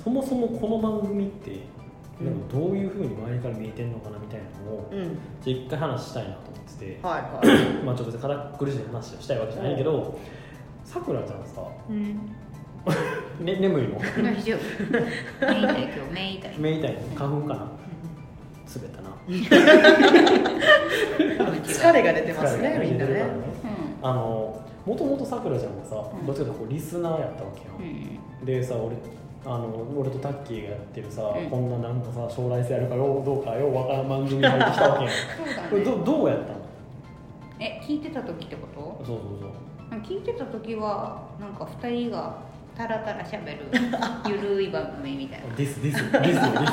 そもそもこの番組ってうんなんかどういうふうに周りから見えてんのかなみたいなのをうちんょっと一回話したいなと思ってて、はいはいまあちょっと別に堅苦しい話をしたいわけじゃないけどさくらちゃんさ、うんね、眠いの大丈夫目痛い今日目痛い目痛いの花粉かな滑ったな疲れが出てますね疲れみんなが出てるかねらあのもともとさくらちゃんはさ、うんどっちかというとこうリスナーやったわけや、うんんでさ俺あの俺とタッキーがやってるさ、うんこんななんかさ将来性あるかどうかようわからん番組に入ってきたわけや んそうだこれどねどうやったのえ聞いてた時ってことそうそうそう聞いてた時はなんか二人がタラタラしゃべるゆるい番組みたいなディスディスディスディ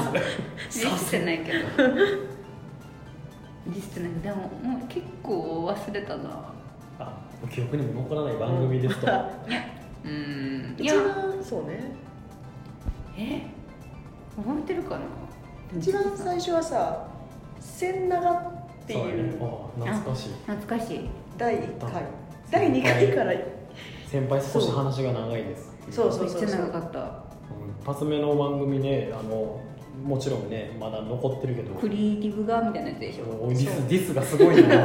ス実ってないけど実ってないけどでももう結構忘れたなあ記憶にも残らない番組 ですと、うん、うんい一や番そうねえ覚えてるかな一番最初はさ千長ってそうやいねうあ懐かしい懐かしい第一回第二回から先輩少し話が長いですそうそめうっそうちゃ長そかうった一発目の番組ねあのもちろんねまだ残ってるけどクリエイティブがみたいなやつでしょおディスディスがすごいな いいや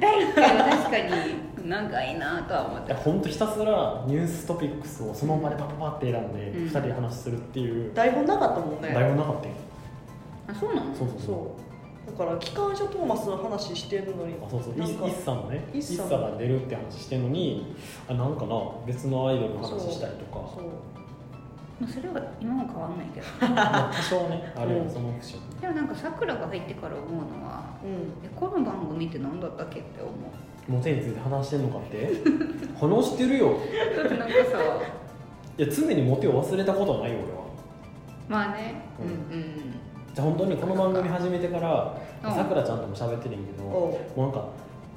第1回は確かに長いなとは思ってやほんとひたすらニューストピックスをその場でパパパって選んでうん2人で話するっていう台本なかったもんね台本なかったよあそうなのそうそうそうそうだから機関車トーマスの話してんのにあそうそういなんか一さもね一一茶さもが出るって話してんのにあなんかな別のアイドルの話したりとかそうまあそれは今も変わんないけどまあ多少ねあるようんねそのオプションでもなんかさくらが入ってから思うのはうんえこの番組って何だったっけって思うモテについて話してんのかって話してるよだってなんかさいや常にモテを忘れたことはないよ俺はまあねううんんじゃあ本当にこの番組始めてからうんさくらちゃんとも喋ってるんやけどもおううなんか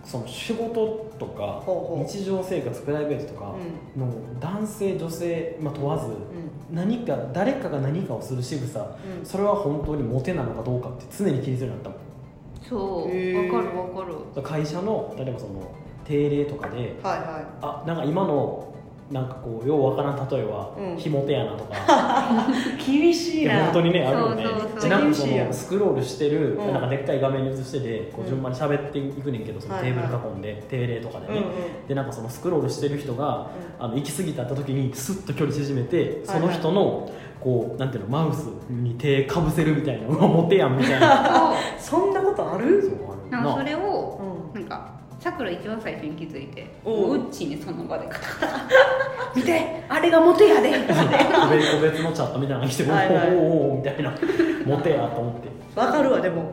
その仕事とかほうほう日常生活プライベートとかうの男性女性、まあ、問わずんうん何か誰かが何かをする仕草うんそれは本当にモテなのかどうかって常に気にするようになったもんそうへーわかるわかる会社の例えばその定例とかではいはあなんか今のなんかこうようわからん例えは、うん非モテやなとか い厳しいいやな本当にねあるよねそうそうそうちなみにそ厳しいやんのスクロールしてる、うんなんかでっかい画面に映しててこううん順番に喋っていくねんけどそのはいテはいーブル囲んで、定例とかでうね、んうんでなんかそのスクロールしてる人があの行き過ぎたった時にスッと距離縮めてその人の、こうなんていうのマウスに手かぶせるみたいなうわモテやんみたい なそそんなことあそるうあるうなんかそれをうんなんかさくら一番最初に気づいておうウッチにその場でカタカタ 見てあれがモテやで個別個別のチャットみたいなのが来て「おはいはいおおおお」みたいな「モテや」と思ってわかるわでも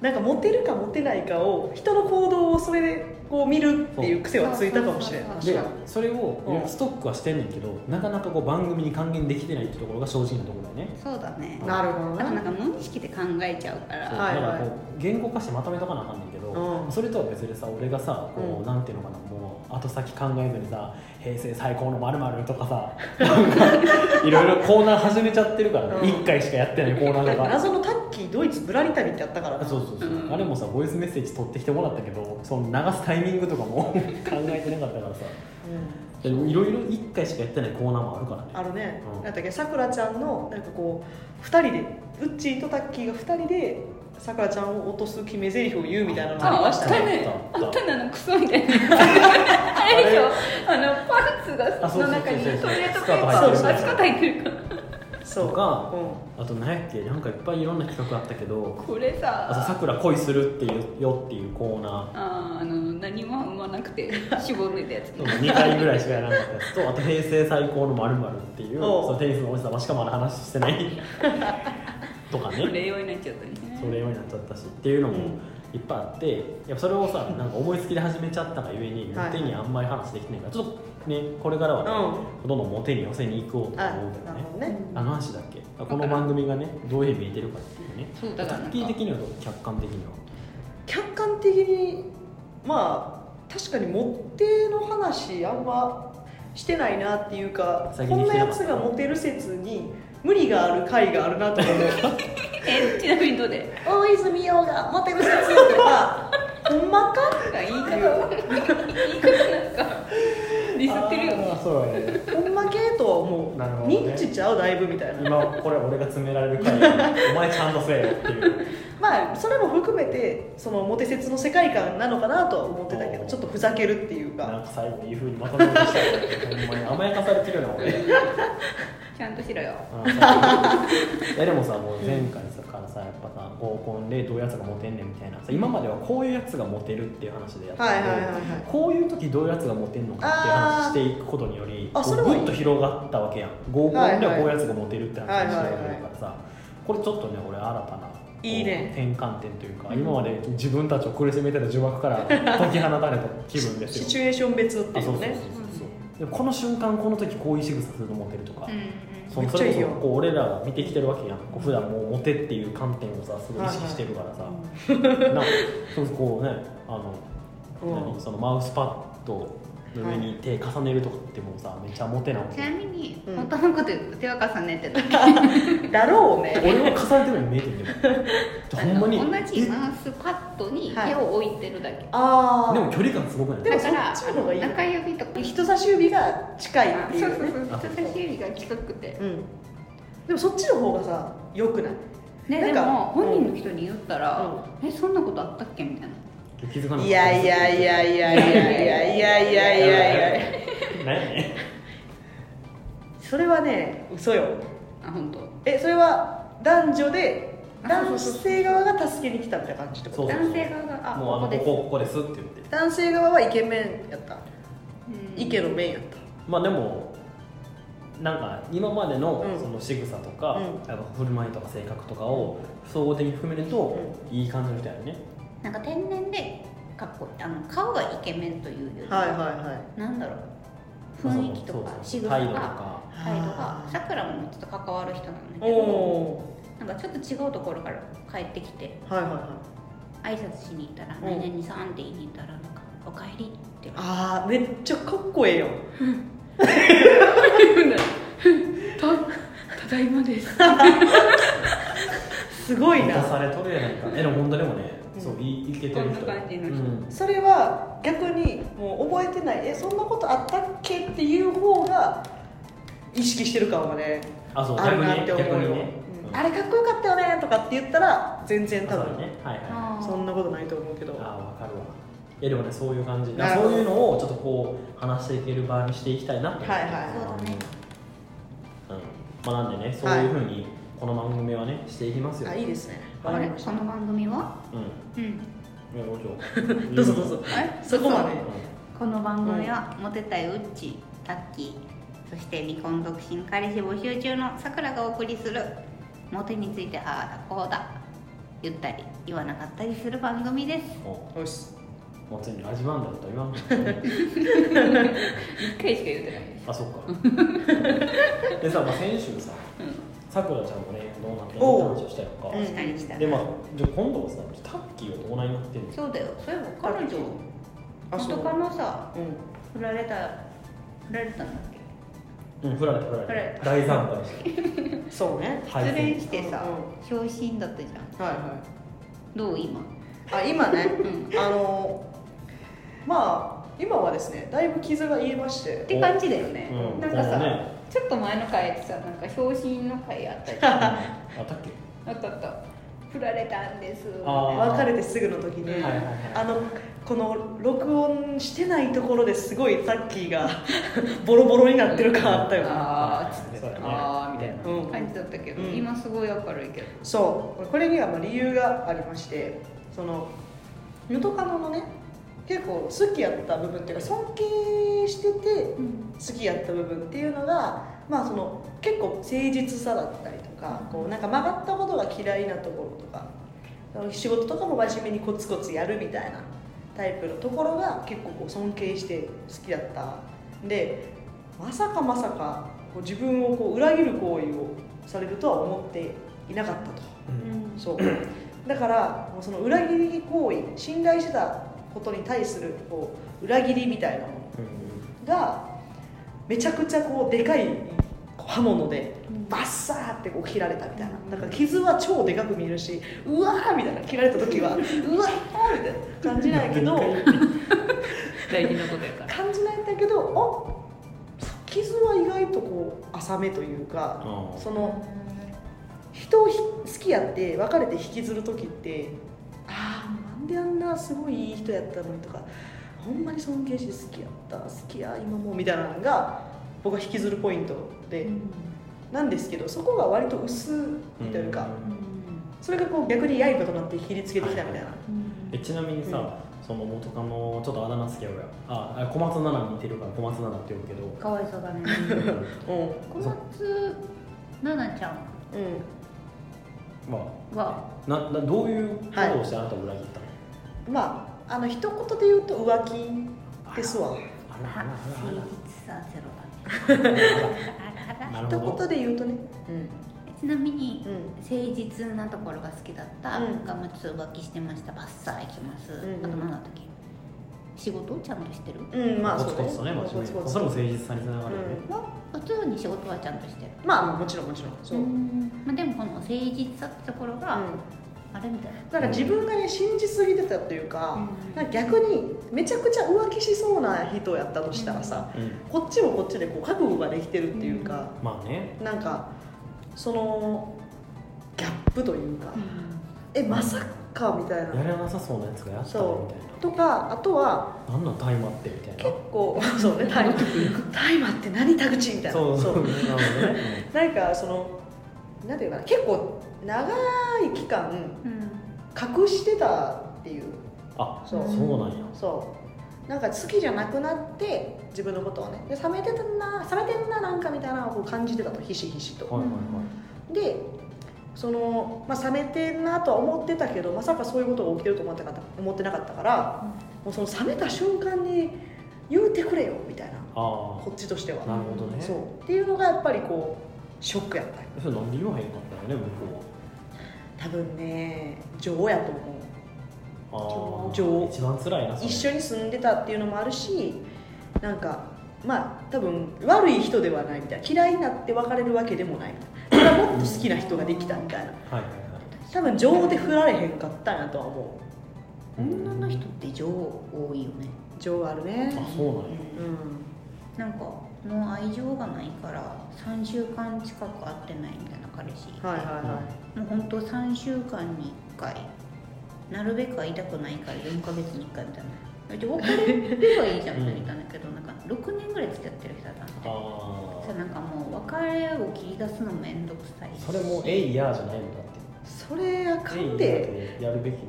なんかモテるかモテないかを人の行動をそれでこう見るっていう癖はついたかもしれないそうで確かにそれをいろいろうんストックはしてんねんけどなかなかこう番組に還元できてないってところが正直なところだよねそうだねなるほどあとなんか無意識で考えちゃうかそうらだはいからこう言語化してまとめとかなあかんねんけうどんそれとは別でさ俺がさこうんうなんていうのかなもう後先考えずにさ「平成最高のまるとかさ いろいろコーナー始めちゃってるからねうん1回しかやってないコーナーとか。謎のタッキードイツブラリタリってあったからなそうそうそう、うんあれもさボイスメッセージ取ってきてもらったけどその流すタイミングとかも 考えてなかったからさうんでもいろいろ1回しかやってないコーナーもあるからねあのねうんなんだっけさくらちゃんのなんかこう2人でウッチーとタッキーが2人でさくらちゃんを落とす決め台詞を言うみたいなのありましたあねったねあったあったあったなのクソみたいなあれでしょあのパンツあがそうそうそうそうの中にトイレットペーパスカート入ってるーあスカート入ってるからそうとかうあと何やっけなんかいっぱいいろんな企画あったけどこれさあと「さくら恋するっていうよ」っていうコーナあーあの何も生まなくて絞抜いたやつー2回ぐらいしかやらなかったやつとあと「平成最高のまるっていうおうそのテニスのおじさましかまだ話してないとかね令和になっちゃったねそれようになっちゃったしっていうのもうんいっぱいあって、やっぱそれをさなんか思いつきで始めちゃったがゆえにはいモテにあんまり話できてないからちょっとねこれからはね、どんどんモテに寄せに行こうとあ思うけどなるねほどねあの話だっけあこの番組がねどういうふうに見えてるかっていうねそうだからなタんかッキー的にはどう客観的には客観的にまあ確かにモテの話あんましてないなっていうか最こ近んできなてなやかったつがモテる説に無理がある回があるなと思うえちなみにどうで 大泉洋がモテる説 とかほんまかなんか言い方言い方なんかィスってるよねあーそうやねほんま系とは思なるほどうねニッチちゃうだいぶみたいな今これ俺が詰められるからお前ちゃんとせえよっていうまあそれも含めてそのモテ説の世界観なのかなとは思ってたけどちょっとふざけるっていうなんかか最後いいふうにまとめましたよほんまに甘やかされてるよな俺 ちゃんとしろよいやでもさもう前回さからさやっぱさ合コンでどういうやつがモテんねんみたいなさ今まではこういうやつがモテるっていう話でやってて、はいはいはいはいこういう時どういうやつがモテんのかっていう話していくことによりあーあこそれうはいいぐっと広がったわけやん合コンではこういうやつがモテるって話をしてるからさこれちょっとね俺新たなこういいね転換点というか今まで自分たちを苦しめてた呪縛から解き放たれた気分ですシよチュエーション別っあていそうそううそうねそうでもこの瞬間この時こういう仕草するとモテるとか、うんうんそめうっそちゃれいいこよそこう俺らが見てきてるわけやんこう普段もうモテっていう観点をさすごい意識してるからさ、なんかそうそうこうねあの、うん何そのマウスパッドの上に手重ねるとかってもうさめっちゃモテなの、ちなみに、うん本当のこと言うと手は重ねてたけどだろうね俺は重ねてるように見えてるけ どじゃあほんまにあの同じえマウスパッドに手を置いてるだけ、ああでも距離感すごくないでもだからそっちの方がいいよ中指とか人差し指が近いあっていそううねそうそうあ人差し指が近くてうんでもそっちの方がさ良くないねなんでかも本人の人に言ったら「えそんなことあったっけ?」みたいな気づかないいやいやいやいやいやいやいやいやいやいや何やねそれはね嘘よあ本当えそれは男女であ男性側が助けに来たみたいな感じってこそとうそう男性側が「あもうあのここでこす」こここですって言って男性側はイケメンやったうんイケのメンやったまあでもなんか今までのうんその仕草とか、うやっぱ振る舞いとか性格とかを総合的に含めるといい感じの人やね、なんか天然でかっこいいあの顔がイケメンというよりはいはいはいなんだろう雰囲気とかまあそ仕のそうそう草態度とがか態度あがーさくらもちょっと関わる人なんだけおどおなんかちょっと違うところから帰ってきてーはいはいはい挨拶しに行ったら「ん何々さん」って言いに行ったらなんか「おかえり」って言わああめっちゃかっこええよれてた「ただいまです」すごい満たなされとるやないかえでも本当でもね、うんそういいけてる人こんな感じのう人ん、それは逆にもう覚えてないえそんなことあったっけっていう方が意識してる感はねあそうあ逆るなっにて思う逆よ、にね、うんうんあれかっこよかったよねとかって言ったら全然多あそう分だねはいはいあそんなことないと思うけどあわかるわいやでもねそういう感じなるほどそういうのをちょっとこう話していける場にしていきたいなって思ってはいはいそうだねうんまあなんでねそういうふうにこの番組はねしていきますよ、あいいですねわあかれりましこたの番組はうんうんいやもちろんどうぞどうぞそこまでこの番組はモテたいうっちタッキーそして未婚独身彼氏募集中のさくらがお送りするモテについてああだこうだ言ったり言わなかったりする番組ですうんもよしうもうついに味わうんだとは言わんかったね1回しか言ってないあそっかでさ、まあ、先週ささくらちゃんもねどうなってんのって話をしたやんか、おうしたりしたでまあじゃあ今度はさタッキーはどうなりなってんのそうだよそういえば彼女あそう元カノさうん振られた振られたんだっけうん振られた振られた大惨敗してそうね敗失恋戦してさ昇進だったじゃんはいはどう今いあ今 ねうんあのまあ今はですねだいぶ傷が癒えましてって感じだよね、うんなんかそさ、うねちょっと前の回ってさなんか昇進の回あったじゃんあったっけあったあった振られたんですあー別れてすぐの時に、はいはいはいあのこの録音してないところですごいさっきーが ボロボロになってる感あったよなあーっつってそうだねあーみたいなうん感じだったけど、うん今すごい明るいけどそうこれにはまあ理由がありましてその元カノのね結構好きやった部分っていうか尊敬してて好きやった部分っていうのが、まあ、その結構誠実さだったりとかこうなんか曲がったことが嫌いなところとかあの仕事とかも真面目にコツコツやるみたいなタイプのところが結構こう尊敬して好きだったんでまさかまさかこう自分をこう裏切る行為をされるとは思っていなかったと。うんそうだからもうその裏切り行為信頼してたことに対するこう裏切りみたいなものうんがめちゃくちゃこうでかいこう刃物でうんバッサーってこう切られたみたいなうんだから傷は超でかく見えるしうわーみたいな切られた時はうわーみたいな感じないけど大事なことやか感じないんだけどお傷は意外とこう浅めというかあその人をひ好きやって別れて引きずる時ってああなんであんなすごいいい人やったのにとかほんまに尊敬して好きやった好きや今もうみたいなのが僕は引きずるポイントで、なんですけどそこが割と薄いというか、それがこう逆に刃となって切りつけてきたみたいな、えちなみにさ、その元カノちょっとあだ名つけようやああ小松菜奈に似てるから小松菜奈って呼ぶけどかわいそうだね うん小松菜奈ちゃんうんまはあななどういうことをしてあなたを裏切ったの、まああの一言で言うと浮気ですわああらあらあ誠ら実さゼロだねあらあらあらなるほど一言で言うとねちなみにうんうん誠実なところが好きだった、うんがもうちょっと浮気してましたバッサー行きます、うんうんあと何だったっけ仕事をちゃんとしてるうんまあコそうツコツとねまあ真面目コにツそれコツも誠実さにつながるよね、うんまあ普通に仕事はちゃんとしてるまあまあもちろんもちろんそう、うんんまあ、でもこの誠実さってところが、あれみたいなだから自分がね信じすぎてたっていうか,、なんか逆にめちゃくちゃ浮気しそうな人やったとしたらさ、うんこっちもこっちでこう覚悟ができてるっていうか、まあねなんかそのギャップというか、えまさかみたいやなれなさそうなやつがやったそのみうたいなとかあとは何の大麻ってみたい結構そうね大麻大麻って何田口みたいななそうそうなるほどねなんかそのなんていうかな結構長い期間うん隠してたっていうあそうそうなんやそうなんか好きじゃなくなって自分のことをねで冷めてたな冷めてんななんかみたいなのをこう感じてたとひしひしとはいはいはいでその、まあ、冷めてんなとは思ってたけどまさかそういうことが起きると思ってなかった思ってなかったからもうその冷めた瞬間に言うてくれよみたいあなこっちとしてはあなるほどねそそうっていうのがやっぱりこうショックやったよれなんで言わへんかったのね向こ多分ね女王やと思ううはああ情一番辛いなそれ一緒に住んでたっていうのもあるしなんかまあ多分悪い人ではないみたいな嫌いになって別れるわけでもないみたいなただもっと好きな人ができたみたいなはいはいはい多分女王で振られへんかったんやとは思う女の人って女王多いよね女王あるねあそうなんやうなんかもう愛情がないから3週間近く会ってないみたいな彼氏んはいはいはもうほんと3週間に1回なるべく会いたくないから4ヶ月に1回みたいな別に別れればいいじゃんみたいな言ったんだけど、なんか6年ぐらい付き合ってる人だったんでああそうなんかもう別れを切り出すのも面倒くさいしそれも「えいや」じゃないのだっていそれあかんえでいや」やるべきや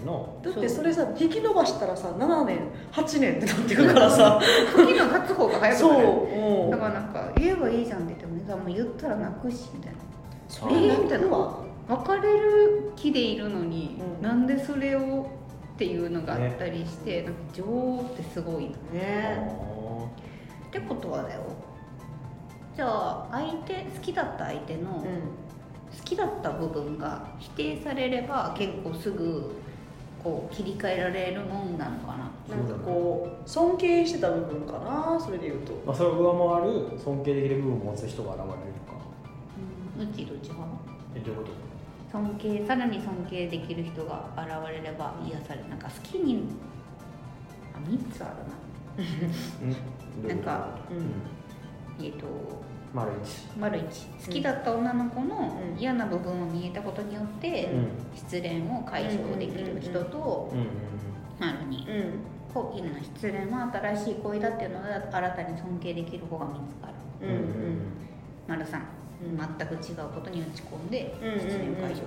るのだってそれさ引き延ばしたらさ7年8年ってなってくからさ時が経つ方が早くそうなるうんだからなんか言えばいいじゃんって言ってもねさもう言ったら泣くしみたいなそえれーみたいな別れる気でいるのに、うんなんでそれをっていうのがあったりして、なんか女王ってすごいなねってことはだよじゃあ相手好きだった相手のう好んきだった部分が否定されれば結構すぐこう切り替えられるもんなのかななんかこう尊敬してた部分かなそれで言うとまあ、それを上回る尊敬できる部分を持つ人が現れるのかうちどっち派えどういうこと尊敬さらに尊敬できる人が現れれば癒されるなんか好きにあ3つあるうんなんかううんんなえっ、と丸一丸一好きだった女の子のうん嫌な部分を見えたことによってうん失恋を解消できる人とうんうん丸二恋の失恋は新しい恋だっていうので新たに尊敬できる子が見つかるううんんうん丸三うん全く違うことに打ち込んでうんうんうん失恋を解消する、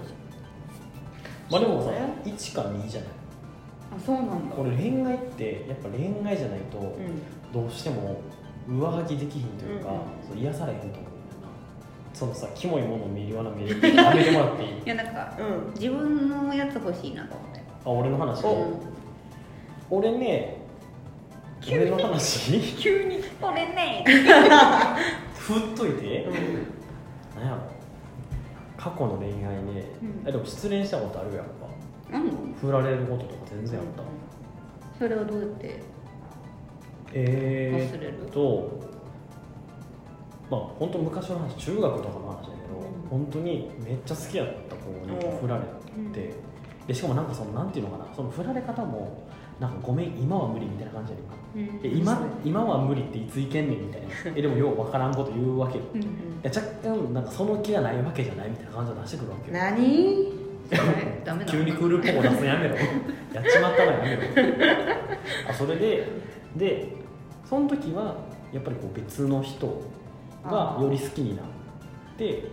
まあでもさそうね1か2じゃないあそうなんこれ恋愛ってやっぱ恋愛じゃないとうんどうしても上書きできひんというかうんうんそう癒されへんと思うんだよなそのさキモいものを見るような目でやめてもらっていいいやなんかうん自分のやつ欲しいなと思って あ俺の話お俺ね急俺にの話 急 に「これね」ふっといて、うんなんやろ過去の恋愛ね、うんえでも失恋したことあるやんか何振られることとか全然あった、それをどうやってえ忘れる、ー、っとまあ本当昔の話中学とかの話だけど、うん本当にめっちゃ好きやった子にうん振られて、でしかもなんかそのなんていうのかなその振られ方もなんかごめん今は無理みたいな感じやねんかうんでそうね今今は無理っていついけんねんみたい なえでもよう分からんこと言うわけようんうんで若干なんかその気がないわけじゃないみたいな感じを出してくるわけよ何ダメだ急にクールポコ出すの やめろやっちまったらやめろあそれででその時はやっぱりこう別の人がより好きになって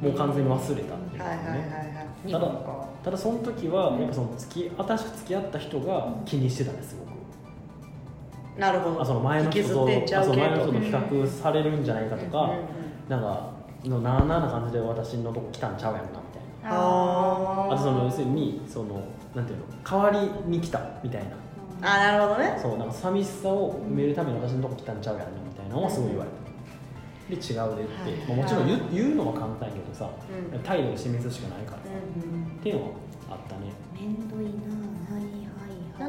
もう完全に忘れたっていうはいはいかはいねはい日た本だかただその時はやっぱその付き私と付き合った人が気にしてたんですすごくなるほどあその前の人引ときずってんちゃあうそけのど前の人と比較されるんじゃないかとうんうかんなんかのなあなあな感じで私のとこ来たんちゃうやんなみたいなあーあとその要するにそのなんていうの代わりに来たみたいなあなるほどねそうなんか寂しさを埋めるために私のとこ来たんちゃうやんなみたいなのをすごい言われたで違うでって、まあ、もちろん言う言うのは簡単やけどさうん態度を示すしかないからさ、うんっていうのはあったねめんどいなはいは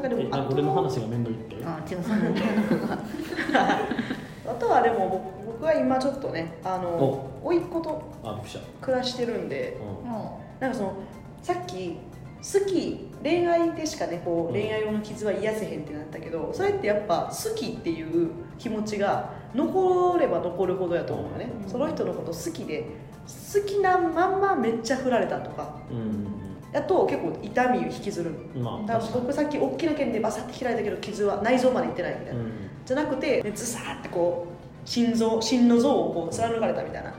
ないはいんかでもえなんか俺の話が面倒いってあ違うそん なあとはでも僕僕は今ちょっとねあの甥っ子とあびっくりした暮らしてるんでうもなんかそのさっき好き恋愛でしかねこううん恋愛用の傷は癒せへんってなったけどそれってやっぱ好きっていう気持ちが残れば残るほどやと思うのねうんその人のこと好きで好きなまんまめっちゃ振られたとかん、だと結構痛みを引きずるうんうん、まあだか確らかに僕さっき大きな剣でバサッて開いたけど傷は内臓までいってないみたいな、うんじゃなくてねズサーってこう心臓心の像をこう貫かれたみたいな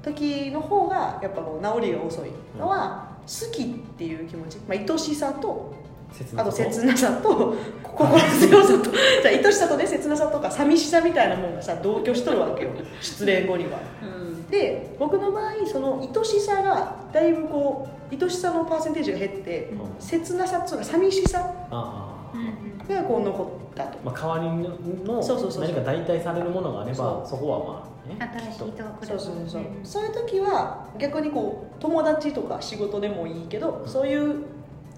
時の方がやっぱこう治りが遅いのは、好きっていう気持ち、まあ、愛しさと切なあとさ切なさと 心強さとじゃあ愛しさとね切なさとか寂しさみたいなもんがさ同居しとるわけよ失恋後には。うんで僕の場合その愛しさがだいぶこう愛しさのパーセンテージが減ってうん切なさとか寂しさああ、がこう残ったと。まあ、代わりのそうそうそう何そうか代替されるものがあればそそこはまあね新しい人が来るそうそうそうそうそういう時は逆にこう友達とか仕事でもいいけどそういう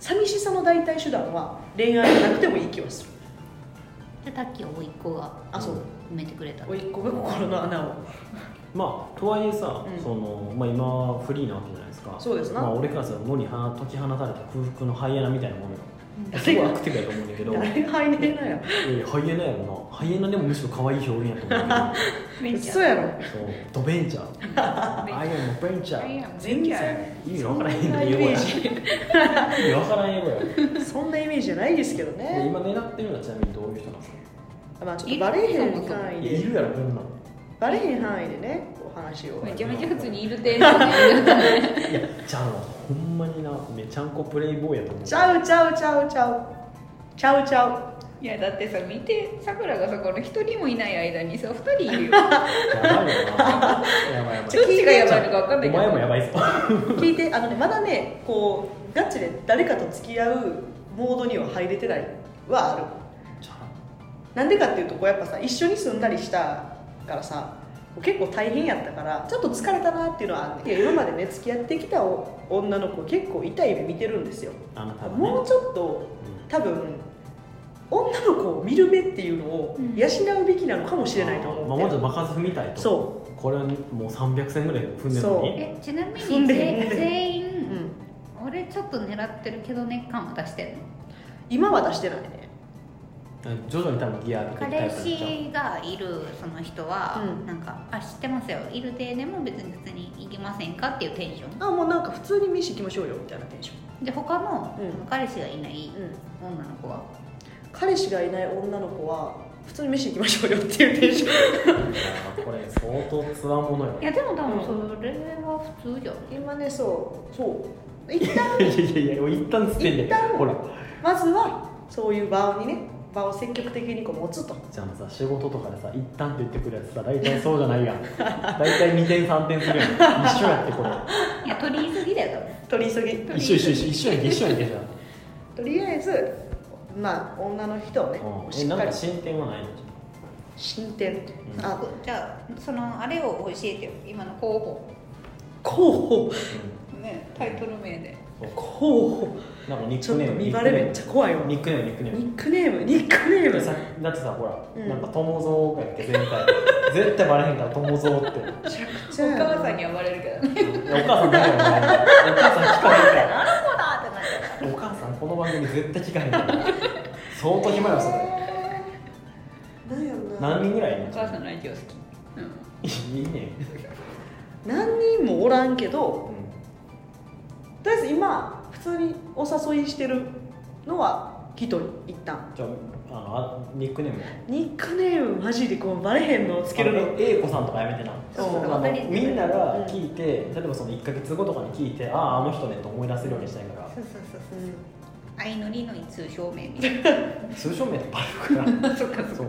寂しさの代替手段は恋愛じゃなくてもいい気はするでさっき甥っ子があそう埋めてくれた甥っ子が心の穴をまあとはいえさ、うんそのまあ、今はフリーなわけじゃないですかそうですなまあ、俺からすると野に放解き放たれた空腹のハイエナみたいなものようんすごいアクティブやと思うんだ けど誰が入 れないやいやいやハイエナやろなハイエナでもむしろ可愛い表現やと思うんだそうやろ けどそうドベンチャーアイアンのベンチャー全然意味分からへんそんなイ英語メやージ意味分からん英語やでそんなイメージじゃないですけどね今狙ってるのはちなみにどういう人なんですかまあちょっとバレへん範囲いやいでるやろこんなんバレへん範囲でねこう話をめめちちゃゃめめちちゃゃ普普通通ににいる程度いやちゃうわほんまになめちゃんこプレイボーイやと思うちゃうちゃうちゃうちゃうちゃうちゃいやだってさ見てさくらがさこの一人もいない間にさ二人いるよやばいよなやばいやばいどっちがやばいのか分かんないけおど前もやばいぞう聞いてあのねまだねこうガチで誰かと付き合うモードには入れてないはあるちゃなんでかっていうとこうやっぱさ一緒に住んだりしたからさ結構大変やったからちょっと疲れたなっていうのはあんねんいや今までね付き合ってきたお女の子結構痛い目見てるんですようあなたはねもうちょっとうん多分女の子を見る目っていうのをうん養うべきなのかもしれないとま思あ、っもてうちょっと場数踏みたいとそこれはもう300戦ぐらい踏んでるのにえちなみ踏んにでぜう、う全員ん、俺ちょっと狙ってるけどね感は出してるの今は出してないね徐々に多分ギア上げていくタイプなん彼ちゃう氏がいるその人は、うんなんか「あ知ってますよいる程でも別に別に行きませんか?」っていうテンションあもうなんか普通に飯行きましょうよみたいなテンシで他の、うんその彼氏がいないョン、うん、女の子は彼氏がいない女の子は普通に飯行きましょうよっていうテンションいやこれ相当つわものよいやでも多分それは普通じゃん、今ねそうそう一旦いやいやいやもう一旦捨てんねん一旦ほらまずはそういう場にね場を積極的にこう持つとじゃあさ仕事とかでさ一旦って言ってくるやつさ大体そうじゃない やん大体2点3点するやん一緒やってこ れいや取り急ぎだよ取り急ぎ多分一緒一緒一緒一緒やんけ一緒やんけじゃん、とりあえずまあ女の人をねうん、えしっなんかかり進展はないの進展うんあじゃあそのあれを教えてよ今の候補候補ねタイトル名で候補うんなんかニッちクょっネとーム見バレめっちゃ怖いわニニックネームニックネームニックネームックネームニックネだーってさムだってさほら、うんなんか友蔵がやって全体 絶対バレへんから友蔵 ってお母さんにはバレるけど ねいやお母さんだよ、ね、お母さん聞かへんからあらこだってなっちゃうお母さんこの番組絶対聞かへんから相当暇よそれえーなんやろな何人ぐらいいんおの母さんの愛情好き、うん、いいね、何人もおらんけどうんとりあえず今普通にお誘いしてるのは一人一旦じゃああのあニックネームニックネームマジでこうバレへんのつけるあのれ A 子さんとかやめてなそうあの分かりづらいみんなが聞いて例えばその1か月後とかに聞いてあああの人ねと思い出せるようにしたいからそうそうそうそううん相乗りの通称名みたい通称名ってバレ る からそっかそっかそう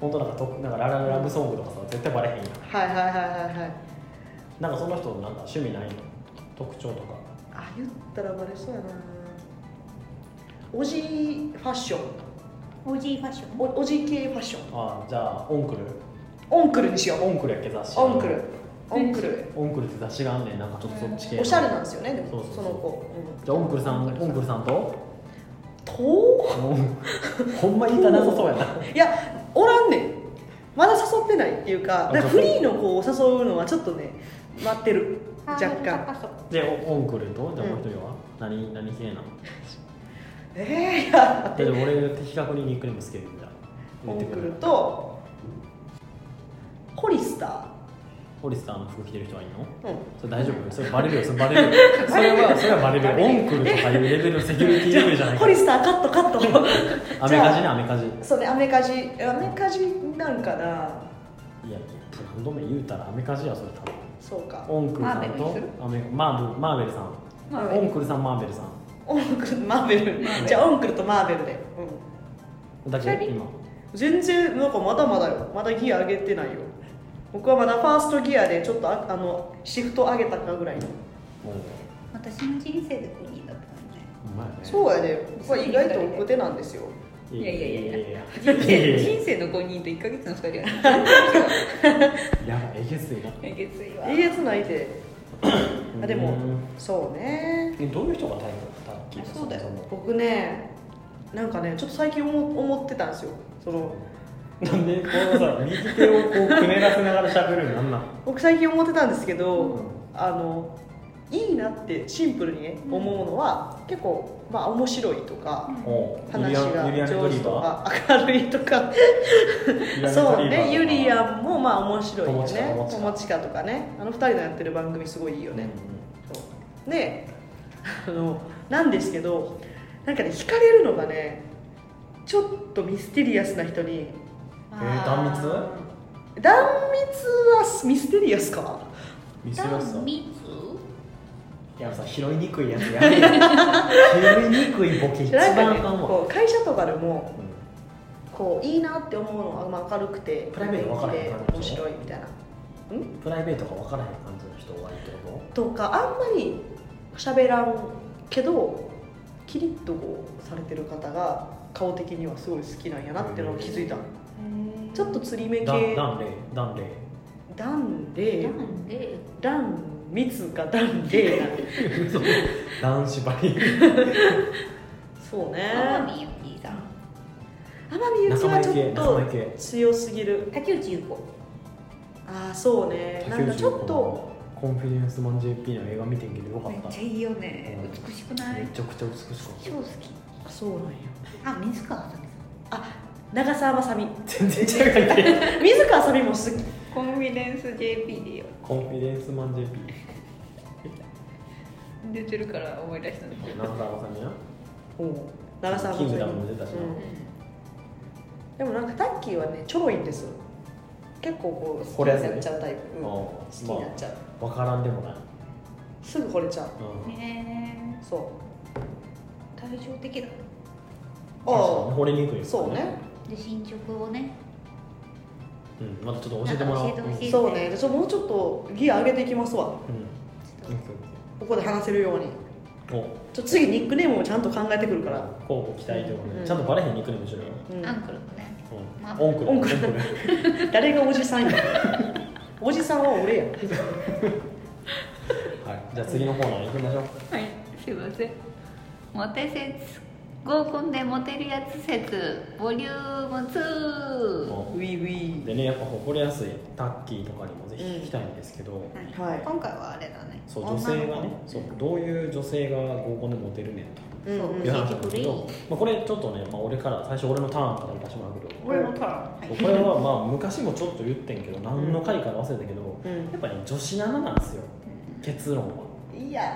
本当なんかとなんかラララブソングとかさ絶対バレへんやんはいはいはいはいはいなんかその人のなんか趣味ないの特徴とかあ言ったらバレそうやなおじファッションオージーファッションおおじ系ファッションああじゃあオンクルオンクルにしようオンクルやっけ雑誌オンクルオンクルオンクルって雑誌があんねんなんかちょっとそっち系のおしゃれなんですよねでもそうそうそそうの子、うんじゃあオンクルさんオンクルさんととうんほんま言いたなさそうやないやおらんねんまだ誘ってないっていうかあだからそフうリーの子を誘うのはちょっとね待ってる若干ハードル高そうでオンクルとじゃあもう一人は、何何系なのえー、いやでも俺的確にニックネームつけるんだオンクれルとホリスターホリスターの服着てる人はいいのうんそれ大丈夫それバレるよそれバレるよそれはそれはバレるよオンクルとかいうレベルのセキュリティレベルじゃないホかリスターカットカットアメカジねアメカジそうねアメカジアメカジなんかないやブランド名言うたらアメカジやそれ多分そうかオンクルさんマーとベルにアメマーブマーベルさんまあオンクルさんマーベルさんオンクルマーベルマーベルじゃあオンクルとマーベルで、だけど二人今うん、全然なんかまだまだよまだギア上げてないよ僕はまだファーストギアでちょっとああのシフト上げたかぐらいのもう私の人生でクリーンだった んでうまいよねそうやね僕は意外と奥手なんですよいやいやいやいや人生いやい人生の5人と1か月の2人はねややばいえげついなえげついわえげつないであでもうんそうねえどういう人がタイプだったっけそうだよもも僕ねなんかねちょっと最近思思ってたんですよそのなんでこのさ右手をこうくねらせながら喋るのなんなん僕最近思ってたんですけど、うんあのいいなってシンプルにねうん思うのは、結構まあ面白いとか、おう話ユリアがント上リ手ーとバか明るいとかーユリアントリーバーそうねユリアンもまあ面白いよ友近ね友近友近とかねあの二人のやってる番組すごいいいよね、そうであのなんですけどなんかね惹かれるのがねちょっとミステリアスな人にえー断蜜断蜜はミステリアスか見せます断い蜜やさ拾いにくいやつやめて拾いにくいボケ一なんか番ねあかんわこう会社とかでもうんこういいなって思うのはまあ明るくてプライベート分からへん元気で面白いみたいなプライベートが分からへん感じの人がいいってこととかあんまり喋らんけどキリッとこうされてる方が顔的にはすごい好きなんやなっていうのを気づいたちょっと釣り目ダン系ダンレイダンレイダンレイなんでダン密かダンレイな嘘男子ばりそうね天海祐希さん天海祐希仲は間ち行け仲間ょっ行けと強すぎる竹内結子ああそうねなんかちょっとコンフィデンスマン JP の映画見てんけどよかっめったちゃいいよね美しくないめちゃくちゃ美しかった超好きあそうなんやあ水川あさみさ長澤まさみ全然違うけど 水川あさみも好きコンフィデンス JP でよコンフィデンスマン JP 出てるから思い出したんだけど長澤まさみな長澤まさみキングダムも出たしなうんでもなんかタッキーはねちょろいんです結構こう好惚きれやにすいなっちゃうタイプ、うん、ああ好きになっちゃう、分からんでもない、すぐ惚れちゃううんんねそえ対照的だうあ掘りにくいよあそうね、で進捗をねうん、またちょっと教えてもらおうなんか教えてほしいそうねじゃあちょもうちょっとギア上げていきますわうんちょっここで話せるようにうんおちょ次ニックネームをちゃんと考えてくるからこうご期待ということで、うんちゃんとバレへんニックネームしろよ、うとんアンクルもねうんまあオンクルオンクル誰がおじさ んやおじさんは俺やはい、じゃあ次のコーナー行きましょうはいすいませんモテ説合コンでモテるやつ説ボリューム2おウィウィでねやっぱ誇りやすいタッキーとかにもぜひ聞きたいんですけど、はい今回はあれだねそう女性がねそうどういう女性が合コンでモテるねんとそううんいう教え話てなんだくけれど、まあ、これちょっとね、まあ、俺から最初俺のターンから行かしてもらうけど俺もターンこれはまあ昔もちょっと言ってんけど何の回から忘れたけど、うんやっぱね女子7なんですよ結論はいや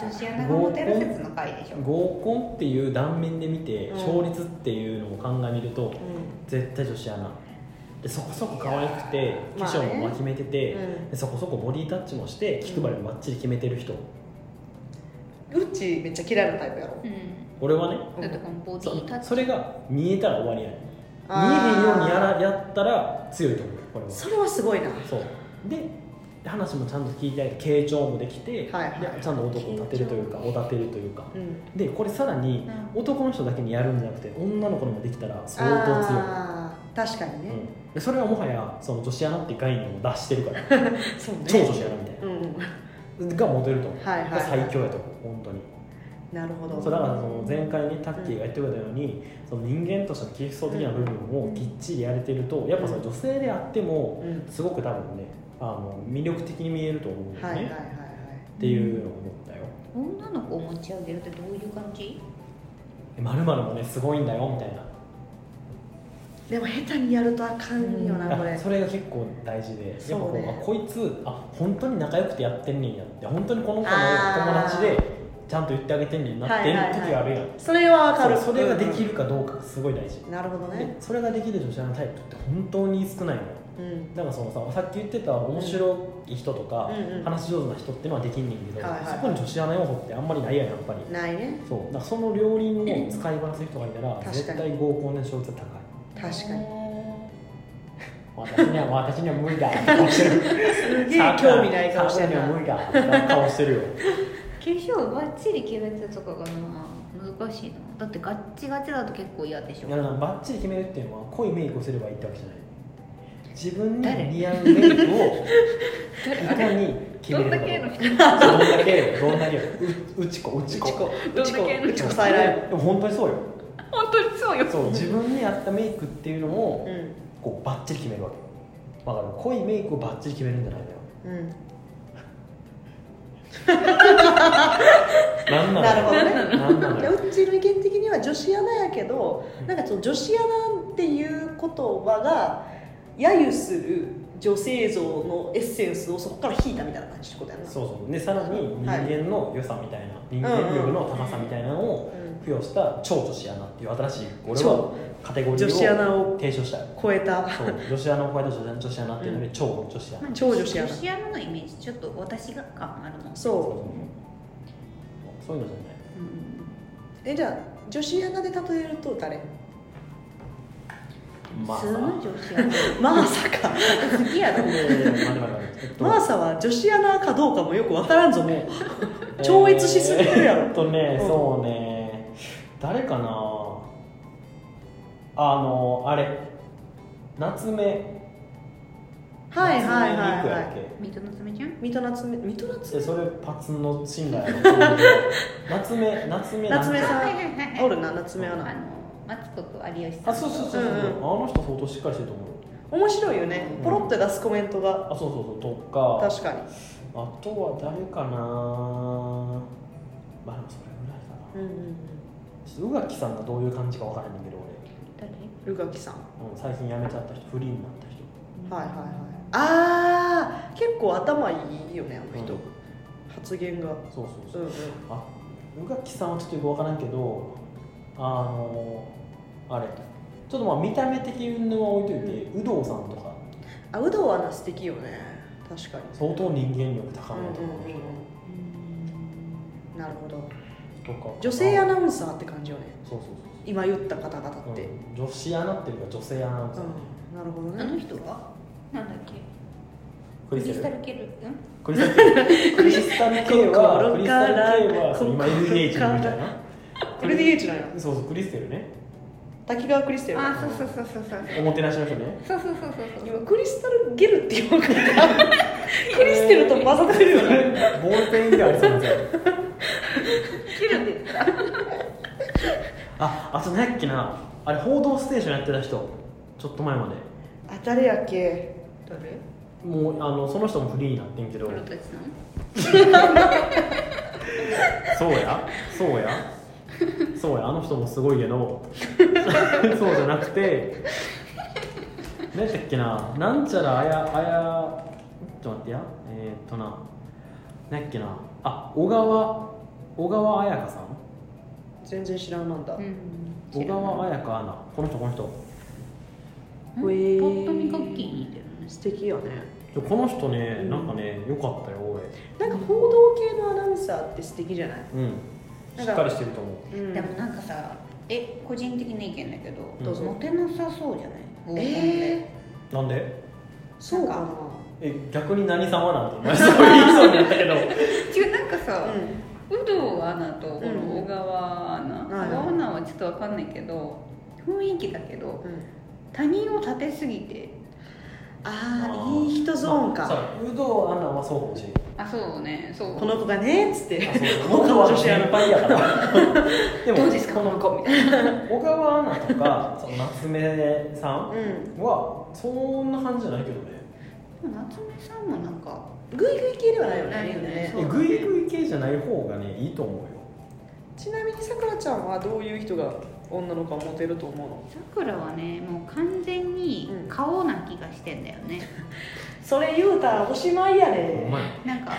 女子アナがモテる説の回でしょ合コンっていう断面で見てうん勝率っていうのを考えみるとーうん絶対女子アナでそこそこ可愛くてま化あね粧も決めてて、うんでそこそこボディタッチもして気配りもバッチリ決めてる人、うっちめっちゃ嫌いなタイプやろうん俺はねだってこのボデそィタッチそれが見えたら終わりやね見えへんようにやあらやったら強いと思うこれはーそれはすごいなそうで話もちゃんと聞いてあげて傾聴もできて、はいはいでちゃんと男を立てるというかおだてるというかうんでこれさらに男の人だけにやるんじゃなくて女の子にもできたら相当強い、あー確かにうね、ん、でそれはもはやその女子アナっていう概念を出してる からそうね超女子アナみたいうんながモテると思う、はいはいが最強やと思う本当になるほどそうだからその前回ねタッキーが言ってくれたように、その人間としての基礎的な部分をきっちりやれてるとやっぱその女性であってもうんすごく多分ねあの魅力的に見えると思うんだよはね、いはいはいはいっていうのを思ったよ女の子を持ち上げるってどういう感じ「まるもねすごいんだよ」みたいなでも下手にやるとあかんよな、こあれそれが結構大事でやっぱそうこねうあこいつあ本当に仲良くてやってんねんやって本当にこの子の友あー達でちゃんと言ってあげてんねんなっていう時があるやん、それはわか るそうそれができる、るかどうかすごい大事、うんなるほどねでそれができる女子のタイプって本当に少ないのようんだからそのささっき言ってた面白い人とか、うんうん話し上手な人ってのはできんねんけど、はいはいはそいこに女子アナ要素ってあんまりないやんやっぱりないねそうだからその両輪を使いこなす人がいたら確かに絶対合コンの勝率 は高い確かに私には私には無理だって顔してるすげえ興味ない顔してる私にはな無理だって顔してるよ化粧バッチリ決めてとかがな難しいなだってガッチガチだと結構嫌でしょいやだからバッチリ決めるっていうのは濃いメイクをすればいいってわけじゃない自分誰に似合うメイクをいかに決どめんるだかけの人どんだけどんだけううちこうちこどんだけのうち人こさえられでも本当にそうよ本当にそうよそう自分に合ったメイクっていうのを、るこうバッチリ決めるわけわかる濃いメイクをバッチリ決めるんじゃないんだようんうんなんなのなるほどねなんなのいやようちの意見的には女子アナやけどなんかその女子アナっていう言葉が揶揄する女性像のエッセンスをそこから引いたみたいな感じってことやなそうそうでさらに人間の良さみたいな、人間力の高さみたいなのをうん付与した超女子アナっていう新しい俺は超カテゴリ女子アーをナを提唱したよ超えたそう女子アナを超えた女女子アナっていうので超女子アナ、なんか超女子アナ女子アナのイメージちょっと私が感あるもそうん、そそうそうそういうのじゃないうん、うえじゃあ女子アナで例えると誰まあ普通さの女子アマナーサか好きやろいやいやいや待って待って待ってえっとマーサは女子アナかどうかもよくわからんぞもう超越しすぎるやろえーっとね、うんそうね誰かなあのあれ夏目はいはい夏は目いりくやっはけ水戸夏目ちゃんい水戸夏目水戸夏でそれパツンのシンガーやろ夏目夏目夏目さんはいはいはいはい目おるな夏目アあナのマツコと有吉さんあそうそうそうそう、うんうんあの人相当しっかりしてると思う面白いよねポロッと出すコメントがあそうそうそうとか確かにあとは誰かなまあでもそれぐらいかなうんうんちょっと宇垣さんがどういう感じかわからないんだけど誰うん宇垣さん俺、うん、最近辞めちゃった人フリーになった人はいはいはいあー結構頭いいよねあの人、うん発言がそうそううそうんうんあ宇垣さんはちょっとよく分からんけどあのあれちょっとまあ見た目的云々は置いといて、有働さんとかあ有働アナ素敵よね確かに相当人間力高うんめうんとか、うんうんなるほどとか女性アナナウンサーって感じよねそうそう今言った方々そう、っうて、うんん、女子アナっていうか女性アナウンサー、なるほどあのね人はなんだっけククリリススタタルルケルうんクリスタルクリスタル系はクリ心スかタルら系はそう今 LDH みたいなこれで DH なんやそうそうクリステルね滝川クリステルあそうそうそうそうそうおもてなしの人ねそうそうそうそうそう今クリスタルゲルって言わなかった クリステルと混ざってるよねボールペンでありそうなんですよケルって言ったああと何やっけなあれ「報道ステーション」やってた人ちょっと前まであ誰やっけ誰もうあのその人もフリーになってんけど黒田さんそうやそうやそうやあの人もすごいけど そうじゃなくて何やったっけななんちゃらあやあやちょっと待ってやえーっとな何やっけなあ小川小川彩香さん全然知らんなんだ、小川彩香アナこの人この人うんうえーパッと見ガッキー似てるね素敵よねでこの人ね、うんなんかね良かったよ俺なんか報道系のアナウンサーって素敵じゃないうんしなっんかかりしてると思ううんでもなんかさえ個人的な意見だけどどうぞモテなさそうじゃない合コンでえなんでー、そうかなえ逆に何様なんてお前 すごい言いそうになったけど違うなんかさ、う有働アナとこの小川アナ、ん小川アナはちょっとわかんないけど雰囲気だけどん、うん、他人を立てすぎてああいい人ゾーンまあそかう有働アナはそうかもしれないあそうねそうこの子がねっつって僕は先輩やから でどうですかこの子みたいな小川アナとかその夏目さんうんはそんな感じじゃないけどねでも夏目さんもなんかグイグイ系ではないよねないよねみんなそうえグイグイ系じゃない方がねいいと思うよちなみにさくらちゃんはどういう人が女の子をモテると思うのさくらはねもう完全に顔な気がしてんだよね、それ言うたらおしまいやお前なんか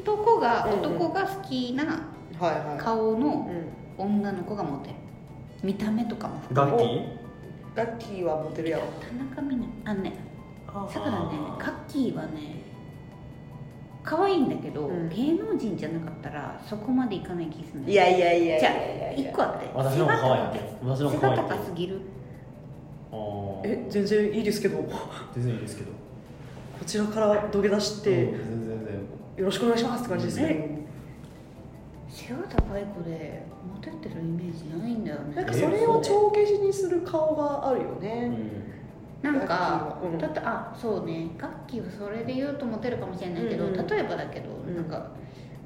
男がうんうん男が好きなはいはい顔のうん女の子がモテる見た目とかもガッキおーガッキーはモテるやろ田中みなあのねさくらねカッキーはね可愛いんだけど、うん芸能人じゃなかったらそこまでいかない気するんだいよやいやいやいじゃやあいや一個あって私の方が可愛いって私の背方が可が愛い高ってすぎるあーえ全然いいですけどこ全然いいですけどちらから土下座して、うん全然全然よろしくお願いしますって感じですね、背が高い子でモテてるイメージないんだよねなんかそれを帳消しにする顔があるよね、なんか、うんたとあそうね楽器はそれで言うとモテるかもしれないけど、うんうん例えばだけど、んなんか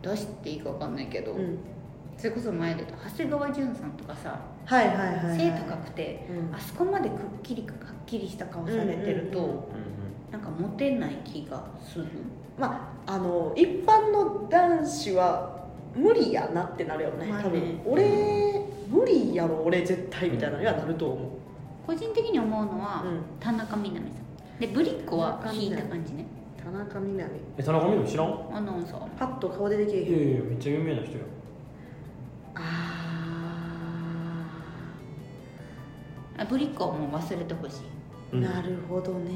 どうしていいかわかんないけど、うんそれこそ前で言うと長谷川潤さんとかさ、はいはいはい、はい、背高くてうんあそこまでくっきりかはっきりした顔されてると、うんうんうなんかモテない気がするまああの一般の男子は無理やなってなるよね,、まあね多分俺無理やろ俺絶対みたいなのにはなると思個人的に思うのう、は、うん、田中みな実さんでぶりっ子は田中引みいな実た感じね田中みな実え田中みな実知らんアナウンサーのパッと顔出てけえへんいやめっちゃ有名な人よああぶりっ子はもう忘れてほしいーなるほどね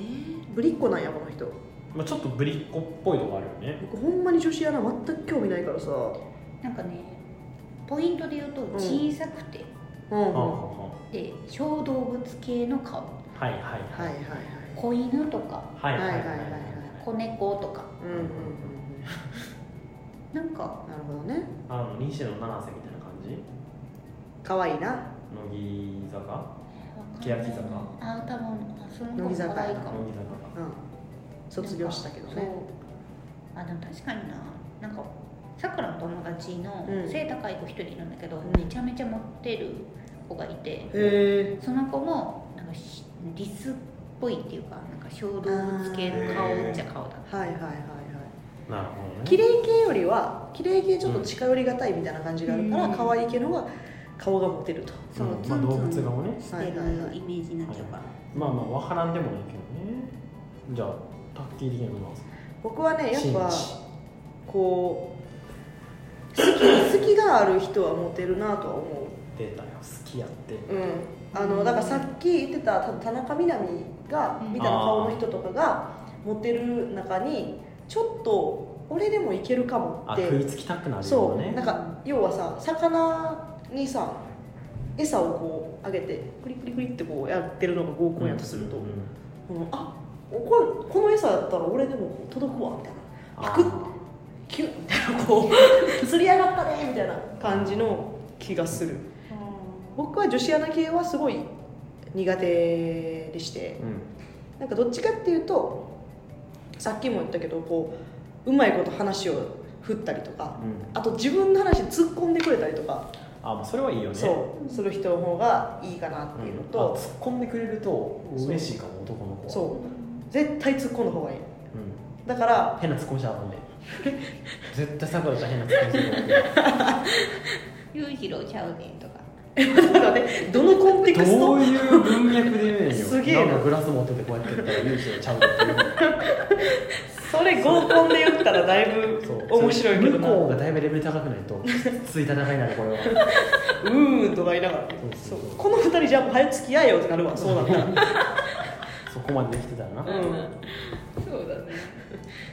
ぶりっ子なんやこの人まあ、ちょっとぶりっ子っぽいとこあるよね僕ほんまに女子アナ全く興味ないからさなんかねポイントで言うとん小さくて、うんうんははで小動物系の顔いはいはいいはいはい子犬とかはいはいはいはい子猫とかうんうんうんうんなんかなるほどねあの西野七瀬みたいな感じ可愛いな乃木坂わかんない欅坂あ多分あその乃木子坂可愛いかも乃木坂かうん卒業したけどなんかねそうあでも確かにななんかさくらの友達のうん背高い子一人いるんだけど、うんめちゃめちゃ持ってる子がいてへその子もなんかしリスっぽいっていうかなんか小動物系のあ顔ーっちゃ顔だえはいはいはいはいなるほどね綺麗系よりは綺麗系ちょっと近寄りがたいみたいな感じがあるから、うん可愛い系の方が顔がモテるとそう、うんツまあ、動ン物ツン顔ねしてるイメージになっちゃうから、まあまあわからんでもないけどねじゃあタッキー的なのは僕はねやっ真ぱ摯こう好き好きがある人はモテるなとは思データよ好きやってううんあのだからさっき言ってた多分田中みな実がうんみたいな顔の人とかがモテる中にちょっと俺でもいけるかもっあて食いつきたくなるよそううなねなんか要はさ魚にさ餌をこうあげてクリクリクリってこうやってるのが合コンやとすると、うんうんうんこのあこれこの餌だったら俺でも届くわみたいなあパクッキュッみたいな こう釣り上がったねみたいな感じの気がする僕は女子アナ系はすごい苦手でしてーうんなんかどっちかっていうとさっきも言ったけどこううまいこと話を振ったりとかうんあと自分の話に突っ込んでくれたりとかあまあそれはいいよねそうする人の方がいいかなっていうのんあと、突っ込んでくれると嬉しいかも男の子はそう絶対突っ込んだ方がいいうんだから変なツッコミしたらあか んで絶対さくらちゃん変なツッコミすると思う裕次郎ちゃうでとかだからねどのコンテクスどトういう文脈で言えんよすげえななんかグラス持っててこうやってやったら勇者ちゃう っていうそれ合コンで言ったらだいぶ面白いけ向どなこううがだいぶレベル高くないとついた長いなこれはーんとか言いながらねそそううそうそうこの二人じゃあもう早く付き合えよってなるわそうなったら、そこまでできてたらな、うん、そうだね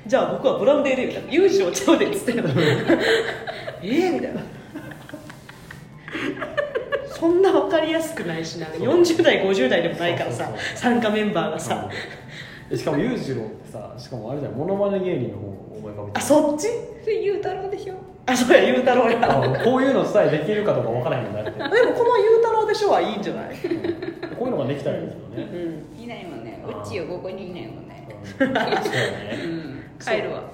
じゃあ僕はブランデーでみたいな友情ちゃうでっつって ええみたいなそんな分かりやすくないしなそう40代50代でもないからさそうそうそう参加メンバーがさ、うんしかも裕次郎ってさしかもあれじゃんモノマネ芸人の方を思い浮かべてあそっちそれゆうたろうでしょあそうやゆうたろうやでもあこういうのさえできるかどうか分からへんのだっこのゆうたろうでしょはいいんじゃない、て、うんこういうのができたらいいですようね、ん、いないもんねあうーっちよここにいないもんねうん、そうだうねん帰るわ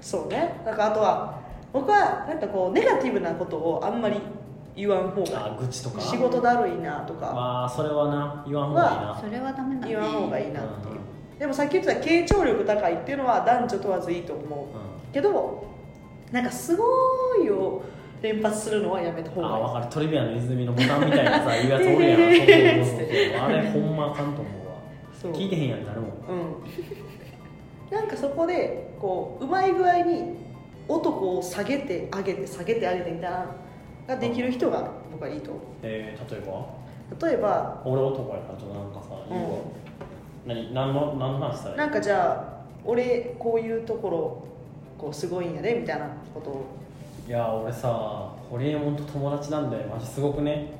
そうねなんかあとは僕はなんかこうネガティブなことをあんまり言わん方があ愚痴とか仕事だるいなとかまあそれはな言わん方がいいなそれはダメだね言わん方がいいいなっていうでもさっき言ってた傾聴力高いっていうのは男女問わずいいと思うけどなんか「すごい」を連発するのはやめたう方ん、あ分かがるトリビアの泉のボタンみたいなさいうやつおるやんそうそうそうそうあれほんまあかんと思うわいいそう聞いてへんやんなるもんうんなんかそこでこううまい具合に男を下げて上げて下げて上げてみたいなのができる人が僕はいいと思えー、例えばう例えば俺男やからちょっとなんかさ言うわ、何何の何の話されなんかじゃあ俺こういうところこうすごいんやでみたいなことをいやー俺さホリエモンと友達なんだよマジすごくね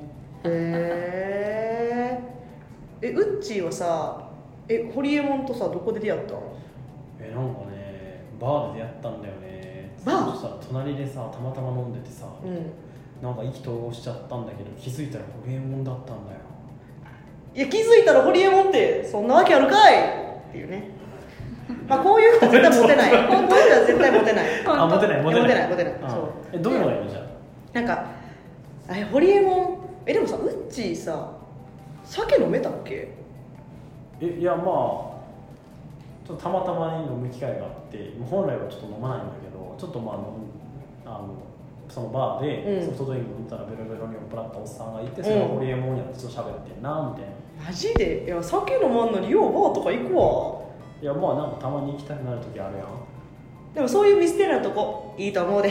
へええウッチーはさえホリエモンとさどこで出会ったのえなんかねバーで出会ったんだよねバーそしたら隣でさたまたま飲んでてさ、うんなんか意気投合しちゃったんだけど気づいたらホリエモンだったんだよいや気づいたらホリエモンってそんなわけあるかいっていうねまあこういう人は絶対モテ ないこういう人は絶対モテないあモテないモテないいやモテないモテないあそうえどういうのがいいのじゃあなんかあれホリエモンえでもさウッチーさ酒飲めたっけえいやまあちょっとたまたまに飲む機会があって本来はちょっと飲まないんだけどちょっとまあ飲むあのそのバーうでんソフトドリンク飲んだらベロベロに酔っ払ったおっさんがいてそれがホリエモンやってちょっと喋ってんなみたいなマジでいや酒飲まんのにようバーとか行くわいやまあなんかたまに行きたくなる時あるやんでもそういうミステリーなとこいいと思うで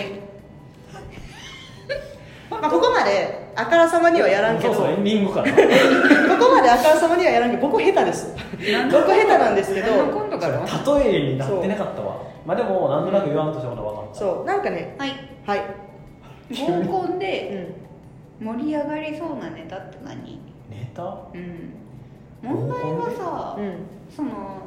まあここまであからさまにはやらんけどそうそうエンディングかなここまであからさまにはやらんけど僕下手です僕下手なんですけどなんだ今度からそれ例えになってなかったわまあでもなんとなく言わんとしたことは分かったそうなんかねはいはい、合コンうでん、盛り上がりそうなネタって何ネタうん問題はさ、うん、その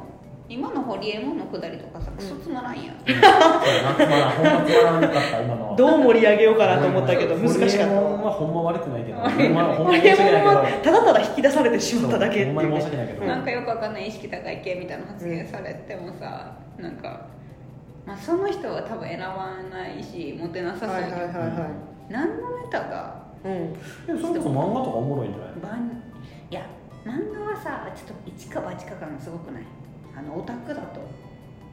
今のホリエモンのくだりとかさクソつまらんやん、そうつまらんほんまつまらなかった今のはどう盛り上げようかなと思ったけど難しかホっリたエモンはほんま悪くないけどほんまほん ホまリ申エし訳ないモンはけただただ引き出されてしどまっただけっていほうんまに申し訳ねないけど、うなんかよくわかんない意識高い系みたいな発言されてもさ、なんか、まあ、その人は多分選ばないしモテなさそうはいやはいけど、はいは何のネタがい、うん、でもそれこそ漫画とかおもろいんじゃない万いや漫画はさちょっと一か八か感がすごくないあのオタクだと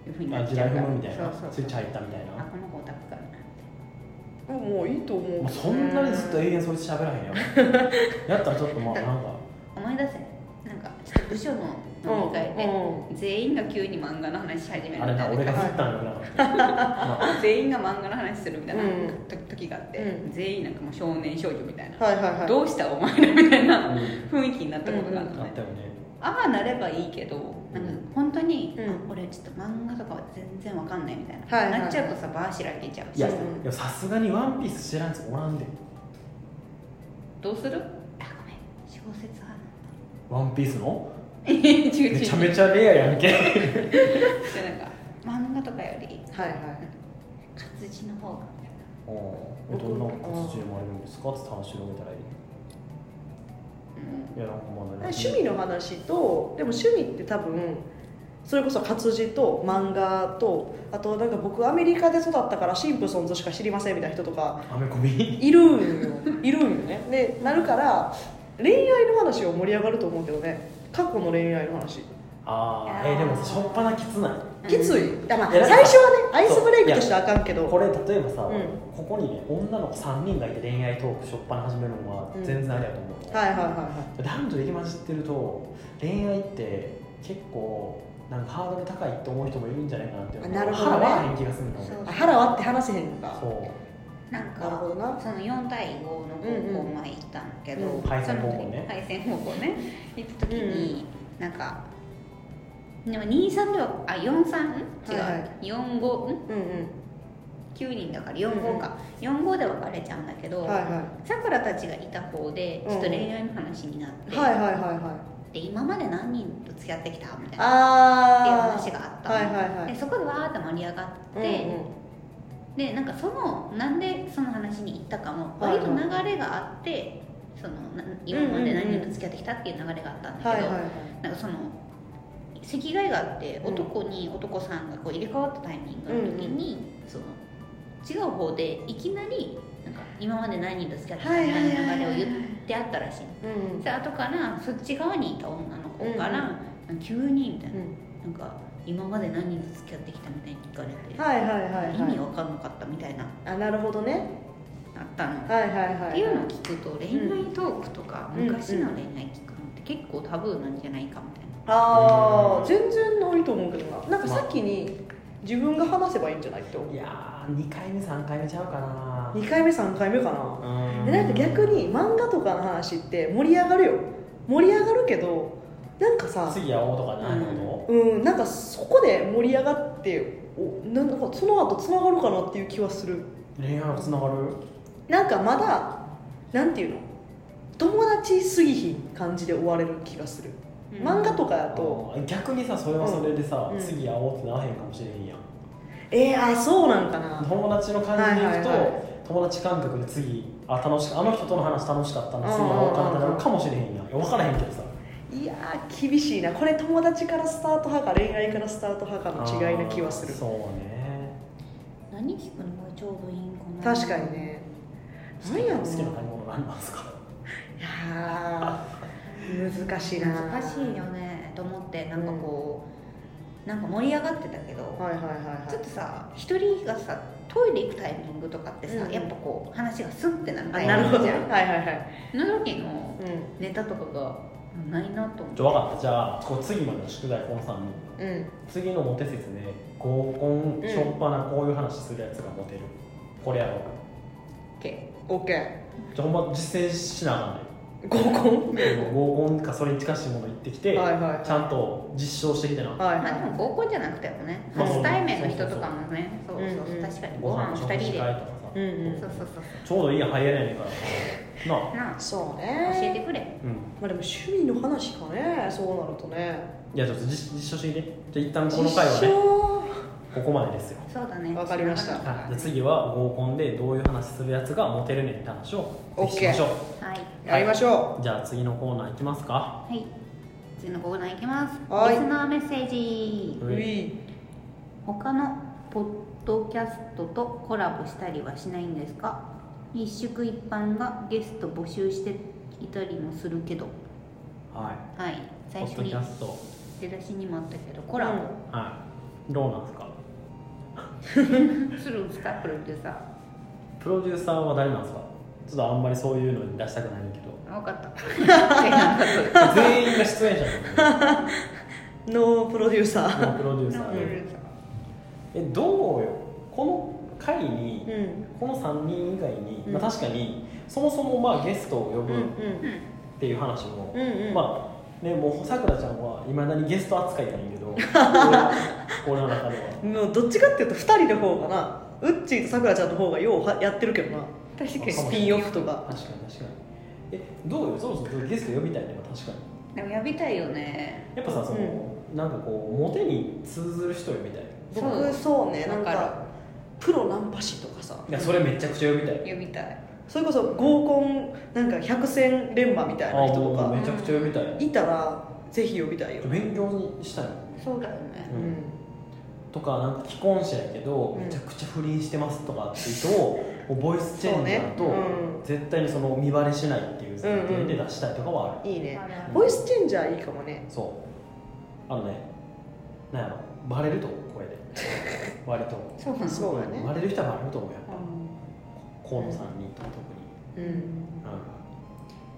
いうふうになあっ地ちゃう雷踏からむみたいなそうそうそうスイッチ入ったみたいな、あこの子オタクかなもういいと思うまあ、そんなにずっと永遠それ喋らへん やんやったらちょっとまあなんか思い出せなんかちょっと部署の飲み会で、うん全員が急に漫画の話し始めるあれみなたい俺がな振ったんよなまあ全員が漫画の話するみたいな、うんと時があって、うん全員なんかもう少年少女みたいな、はいはいはいどうしたお前らみたいなうん雰囲気になったことがあるのあっね、たよねああなればいいけどなんか本当に、うん俺ちょっと漫画とかは全然わかんないみたいな、はいはいなっちゃうとさバーシラけちゃういしやういんやさすがに「ワンピース知らんやつおらんでどうするあごめん小説派な「ワンピースのえ違う違うめちゃめちゃレアやんけでなんかんだ漫画とかよりはいはい活字の方がうんえどんな活字生まれるんですかって話広げたらいいいやなんかまだね趣味の話とでも趣味って多分それこそ活字と漫画とあとなんか僕アメリカで育ったからシンプソンズしか知りませんみたいな人とかアメコミいるんよいるんよねでなるから恋愛の話は盛り上がると思うけどね過去の恋愛の話ああいえやでーもしょっぱなきつない決意、あまあ、いや最なんか初はねアイスブレイクとしてはあかんけどこれ例えばさ、うんここにね女の子3人がいて恋愛トークしょっぱな始めるのはうん全然ありだと思うの、はいはいはいは男女入り混じってると恋愛って結構なんかハードル高いと思う人もいるんじゃないかなってあなるほど腹ね割らへん気がするんだそういあ腹割って話せへんのかそうなんなるほどかなその4対5の高校前行ったんだけど、うんうん配そ線の高時校ね配線高校ね行った時に、なんかでも23ではあ四三違う、はいはい四五うんんうん9人だから45か、45で別れちゃうんだけどはいはいさくらたちがいた方でちょっと恋愛の話になって、はいはいはいはいで今まで何人と付き合ってきたみたいなっていうああ話があったのはいはいはいでそこでわーって盛り上がって、でなんかそのなんでその話に行ったかもはい割はとい流れがあってそのな今まで何人と付き合ってきたっていう流れがあったんだはけいど、はいはいなんかその席替えがあってうん男に男さんがこう入れ替わったタイミングの時に、その違う方でいきなりなんか今まで何人と付き合ってたみたいな流れを言ってあったらしいうんで後からそっち側にいた女の子から「急に」みたいなうん「なんか今まで何人と付き合ってきた」みたいに聞かれて、はいはいはい意味はわかんなかったみたいなあいあなるほどねったの、はいはいはいっていうのを聞くと恋愛トークとか、うん昔の恋愛聞くのって結構タブーなんじゃないかみたいな。あうあん全然ないと思うけどななんかさっきに自分が話せばいいんじゃないって思ういやー2回目3回目ちゃうかな2回目3回目かなうでなんか逆に漫画とかの話って盛り上がるよ盛り上がるけどなんかさ次会おうとかなるほうんなんかそこで盛り上がっておなんかその後つながるかなっていう気はするど恋愛はつながるなんかまだなんていうの友達すぎひん感じで終われる気がする漫画とかだと、あ逆にさそれはそれでさ、うん次会おうってならへんかもしれんやんえー、あそうなんかな友達の感じでいくと、はいはいは友達感覚で次あ楽しかあの人との話楽しかったなうん次会おうかなってなるかもしれへんやんいや分からへんけどさいやー厳しいなこれ友達からスタート派か恋愛からスタート派かの違いな気はすあーるそうね何聞くのがちょうどいいんかな確かにね何やろ好うきなな買い物何なんですかいやー難しいな難しいよねと思ってなんかこう、なんか盛り上がってたけど、はいはいはいちょっはとさ一人がさトイレ行くタイミングとかってさ、うんやっぱこう話がスンってなるいタあイなるミほどングねじはゃいんはいはいの時のうネタとかがないなと思っじゃあ分かったじゃあこう次までの宿題この3人んうん次のモテ説ね合コンうんしょっぱなこういう話するやつがモテる、これやろうて OK じゃあほんま実践しなあかんね合コ合コンかそれに近しいもの行ってきて、ンはいはいはいちゃんと実証してきてなはいまはいあでも合コンじゃなくてもねうん初対面の人とかもねそうそうそううんうん確かにごご飯飯食二人事で会とかさ、うんうんそうそうそうちょうどいいやん入れないねんからなあなあそう教えねてくれうんまあでも趣味の話かねそうなるとねいやちょっと実実証してきてじゃあ一旦こ実の回はね証ここまでですよそうだねわかりましたははいじゃあ次は合コンでどういう話するやつがモテるねんって話をぜひしましょういやりましょじゃあ次のコーナーいきますかはい次のコーナーいきますはいリスナーメッセージううい他のポッドキャストとコラボしたりはしないんですか一宿一般がゲスト募集していたりもするけどはいはい最ポ初ッドキにャスト出だしにもあったけどコラはいどうなんですかボするんですかプロデューサプロデューサーは誰なんですかちょっとあんまりそういうのに出したくないんだけどー 分かったプ全員が出演者なん だノープロデューけサどプロデューロデサーでューサえどうよこの回にーうんこの3人以外に、うんまあ、確かにそもそもまあゲストを呼うぶんっうんていう話も、うんうんまあねもうさくらちゃんはいまだにゲスト扱いやねんけ ど俺俺の中ではもうどっちかっていうと2人の方かなウッチーとさくらちゃんの方がようはやってるけどな確かにスピンオフとか確かに確かにえどうよそろそろゲスト呼びたいね確かにでもやりたいよねやっぱさその、なんかこうモテに通ずる人呼びたいそう僕そうねなんわかかプロナンパ師とかさいやそれめちゃくちゃ呼びたい呼びたいそれこそ合コンなんか百戦錬磨みたいな人とあもうかめちゃくちゃ呼びたいいたらぜひ呼びたいよ、勉強にしたいのそうだよねううんんとかなんか既婚者やけど、うんめちゃくちゃ不倫してますとかっていう人をもうボイスチェンジャーと、そうねうん絶対にその見バレしないっていう前提で出したいとかはある、いいねあるあるボイスチェンジャーいいかもねそうあのねなんやろバレると思うこ声 で割とそうなんそうだね割れる人は割れると思うよあ河野さんにとか特に、うーんうん、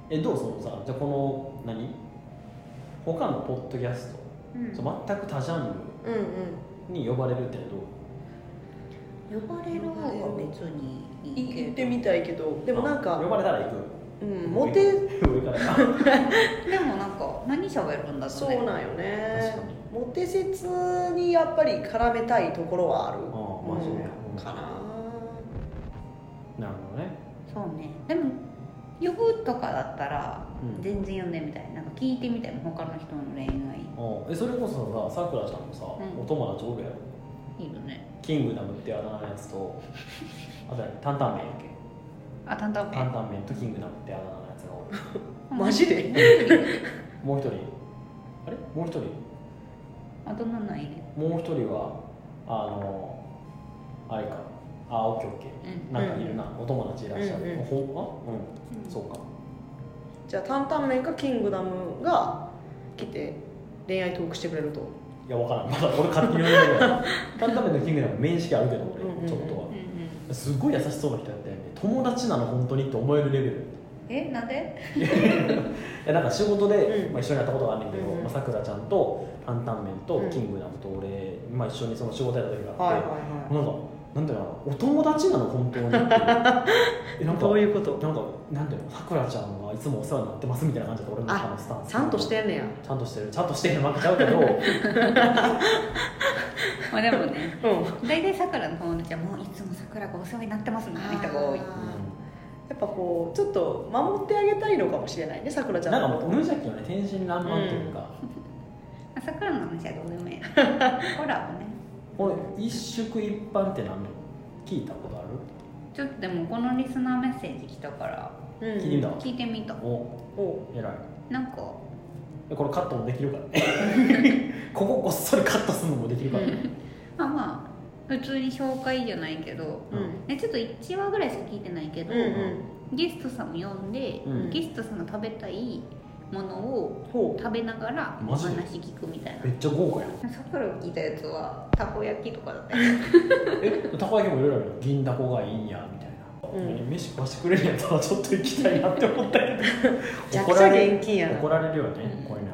えどうそのさじゃあこの何他のポッドキャスうんトそう全く他ジャンうんルに呼ばれるってのはどう呼ばれる方が別にいいけど行ってみたいけどでもなんあ呼か、ばれたら行くうん、モテ上 から確かでもなんか何喋るんだろうそうねなんよねにモテ説にやっぱり絡めたいところはあるああマジで、うんかななるほどねそうねでも呼ぶとかだったらうん全然呼んでみたいなんか聞いてみたいもん他の人の恋愛ああえそれこそささくらちゃんもさ、うんお友達おるやろいいよねキングダムってあだ名のやつとあと何担々麺やっけあ担々担麺々麺とキングダムってあだ名のやつがおるマジで もう一人あれもう一人あと7いるもう一人はあのあれかあオッケーオッケーなんかいるな、お友達いらっしゃる、うんうんほんあうん、うんそうかじゃあ担々麺かキングダムが来て恋愛トークしてくれるといやわからんまだ俺勝手に言われるから担々麺とキングダム面識あるけど俺、うんうんうんちょっとはうんうんすごい優しそうな人やったよね友達なの本当にって思えるレベルえなんでいやなんか仕事で、うんまあ、一緒にやったことがあんねんけど、うんうんまあ、さくらちゃんと担々麺とうんキングダムと俺、まあ、一緒にその仕事やった時がはいあっはいて、はなんかなんだろうなお友達なの本当にっていうえなんいかどういうことなんかなんていうのさくらちゃんはいつもお世話になってますみたいな感じだった俺のあ中のスタンスちゃんとしてんねやちゃんとしてるちゃんとしてる負けちゃうけどうまあでもねうん大体さくらの友達はもういつもさくらがお世話になってますみたいな人が多いあんやっぱこうちょっと守ってあげたいのかもしれないねさくらちゃんなんかのもう無邪気よね天真爛漫というか、まあさくらの話はどうで もいいコラボねこれ一宿一般って何の聞いたことある、ちょっとでもこのリスナーメッセージ来たからうん聞いてみた聞いてみたおおう偉いなんかでこれカットもできるからね ここごっそりカットするのもできるからね、まあまあ普通に紹介じゃないけどうんねちょっと1話ぐらいしか聞いてないけど、うんうんゲストさんも呼んで、うんゲストさんが食べたいものをほ食べながらおマジ話で聞くみたいめっちゃ豪華やんなさくらが聞いたやつはたこ焼きとかだったよえたこ焼きもいろいろあるよ銀だこがいいんやみたいな、うん飯食わしてくれるんやったらちょっと行きたいなって思ったけ うじどゃ怒くちゃられる現金やな怒られるよね、うんこれになるとね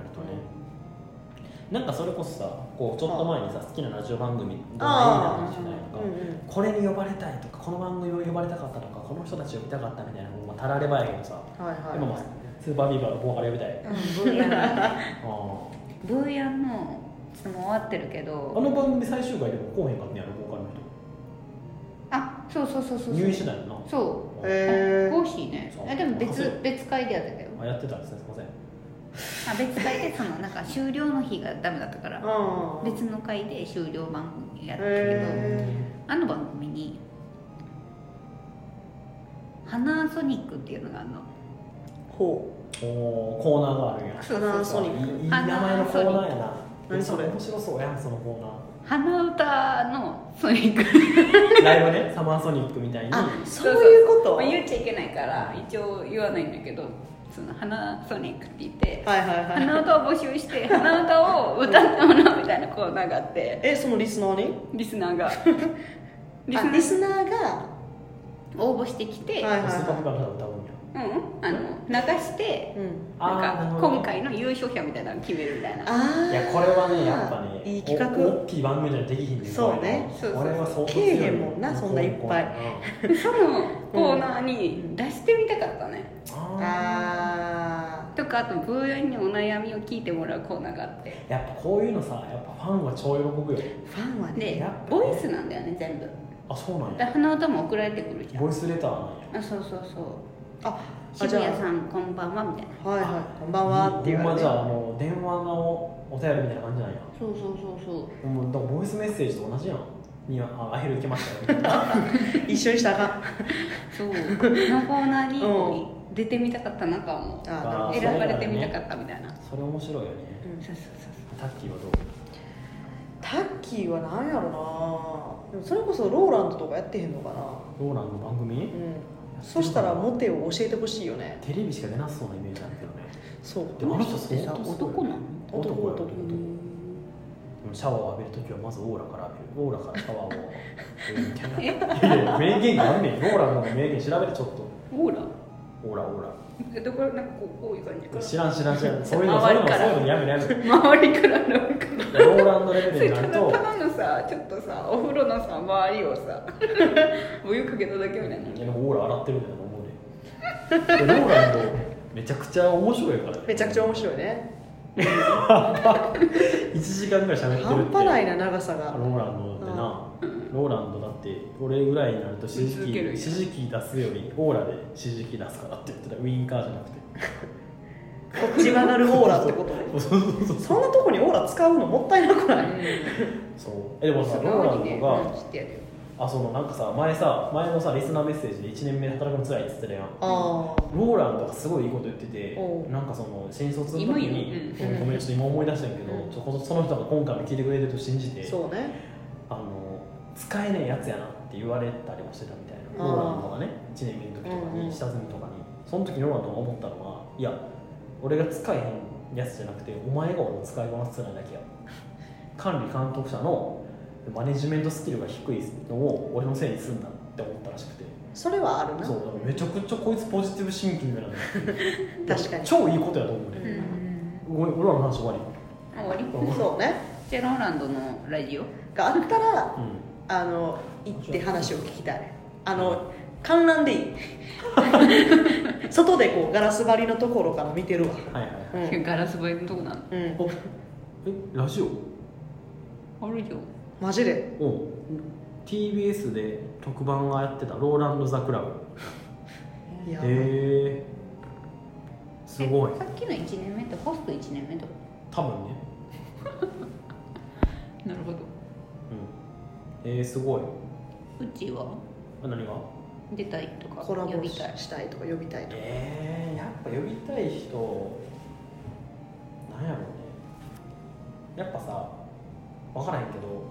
なんかそれこそさこうちょっと前にさ好きなラジオ番組がいいなってないとうか、んうんこれに呼ばれたいとかこの番組を呼ばれたかったとかこの人たち呼びたかったみたいなのもまあたらればやけどさ、はいはい今もスーパービーバーのボーカル呼びたいうんブーヤンあー ブーヤンのちょっともう終わってるけあどの番組最終回でもこうへんかったんやろボーカルのあそうそうそうそ人う入院しそてうたよなそあうへコーヒーねそうあでもそう別別会でやってたよあやってたんですねすいませんあ別会でそのなんか終了の日がダメだったかえらうん別の会で終了番組やったけど、へあの番組に花ソニックっていうのがあるのーほおーコーナーがあるんやう花ソニいいいッい名前のコーナーやな何それ面白そうやんそのコ花歌のソニックーナーライブ ねサマーソニックみたいにあそういうことまはあ、い言っちゃいけないから一応言わないんだけどその花ソニックって言ってはいはい花歌を募集して花歌を歌ってもらうみたいなコーナーがあってえそのリスナーにリスナーがリスあナリースナーが応募してきて、はいはいスーパーフィはバーの歌うんやうん、あの流していうんなんーかるほど今回の優勝者みたいなのを決めるみたいなああいやこれはねやっぱねいい企お画大きい番組じゃできひんねんそうねこれはこれは相当けえへんもんなそんないっぱいそのコーナーに出してみたかったね、うんああとかあとブーヤンにお悩みを聞いてもらうコーナーがあってーやっぱこういうのさやっぱファンは超喜ぶよーファンはねでやっぱねボイスなんだよね全部あそうなんでや花歌も送られてくるじゃんボイスレターなんやあそうそうそあうあじ渋ゃ谷さんこんばんはみたいなあはいはいこんばんはって言ほんわまれじてゃああの電話のお便りみたいな感じなんやそうそうそうそもうだからボイスメッセージと同じやんにあアヘル行きましたよみたい な一緒にしたらあかんうそうのコーナーにこう出てみたかったなかもあーなるほあどー選ばれてみたかったみたいな、それ面白いよねうんそうそうそタッキーはどうタッキーは何やろなでもそれこそローランドとかやってへんのかなローランの番組うんそしたらモテを教えてほしいよねテレビしか出なさそうなイメージなんだけどねそうでもあの人うそうで相さ当すごい男なの男男男男うーうんうんシャワーを浴びる時はまずオーラから浴びるオーラからシャワーを浴びるみたいないやいや名言があんねんオーラの名言調べてちょっとオーラオーラオーラえどこなんかこうこういう感じか 知らん知らん知らんそういうのそう周いりうのかそうらいうのやめろやめろら周りからなんかローランドレベそルれになた るだとただのさちょっとさお風呂のさ周りをさお湯かけただけみたいないやでもオーラ洗ってるんだと思うででローランドめちゃくちゃ面白いからねめちゃくちゃ面白いね1時間ぐらい喋ってるって半端ないな長さがローランドってなローランドだって俺ぐらいになると指示続器けるよ指示器出すよりオーラで指示器出すからって言ってたウィンカーじゃなくてこっち曲がるオーラってこと そうそうそうそんなとこにオーラ使うのもったいなくないそうえでもさすローラごいンねドが知ってやるよあそのなんかさ前さ前のさリスナーメッセージで1年目で働くのつらいって言ってたやんあローランドがすごいいいこと言ってておうなんかその新卒の時に今ようんごめんちょっと今思い出したんやけど、うんちょっとその人が今回も聞いてくれてると信じてあそうねあの使えねえやつやなって言われたりもしてたみたいなあーローランドがね1年目の時とかうんうんに下積みとかにその時ローランドが思ったのはいや俺が使えへんやつじゃなくてお前が俺の使いこなせてないだけや管理監督者のマネジメントスキルが低いのを俺のせいにすんだって思ったらしくてそれはあるなそうだからめちゃくちゃこいつポジティブシンキングなんだ確かに超いいことやと思ううね、んごめん俺らの話終わり終わりそうねじゃあローランドのラジオがあったらうんあの行って話を聞きたいあの観覧でいい 外でこうガラス張りのところから見てるわはいはいはいうん、ガラス張りのとこなうん、おえラジオのあるよマジでおう TBS で特番がやってた「ローランド・ザ・クラブい」や、へえすごいえさっきの1年目ってホスト1年目とか多分ねなるほどうんえー、すごいうちはあ何が出たいとかコラ呼ボびしたいたいとか呼びたいとかえー、やっぱ呼びたい人なんやろうねやっぱさ分からへんけど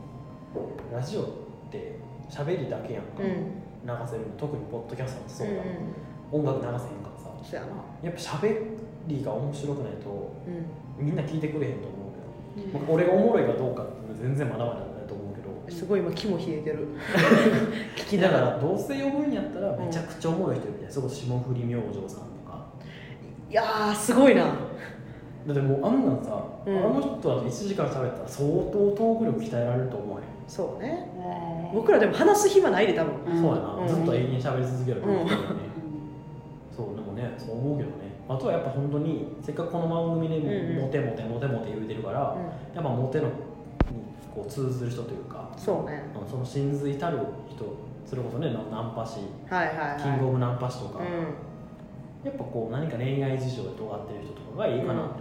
ラジオって喋りだけやんか、うんうん流せるの特にポッドキャストってそうだ、ん音楽流せへんからさそうやなやっぱ喋りが面白くないとうみんな聞いてくれへんと思うけどまあ俺がおもろいかどうかって全然まだまだだと思うけどんすごい今肝冷えてる 聞きだなかがららどうせ呼ぶんやったらめちゃくちゃおもろい人みたいなそれこそ霜降り明星さんとかいやーすごいなだってもうあんなんさ、うんあの人だと1時間喋ったら相当トーク力鍛えられると思うよ、そうね僕僕らでも話す暇ないで多分うんそうやな、うんずっと永遠に喋り続けるからうんね、そうでもねそう思うけどねあとはやっぱ本当にせっかくこの番組でうんうんモテモテモテモテ言うてるから、うやっぱモテのにこう通ずる人というかんそうねうんその真髄たる人それこそねナナンパ師はいはいはいキングオブナンパ師とか、うんやっぱこう何か恋愛事情で尖ってる人とかがいいかなって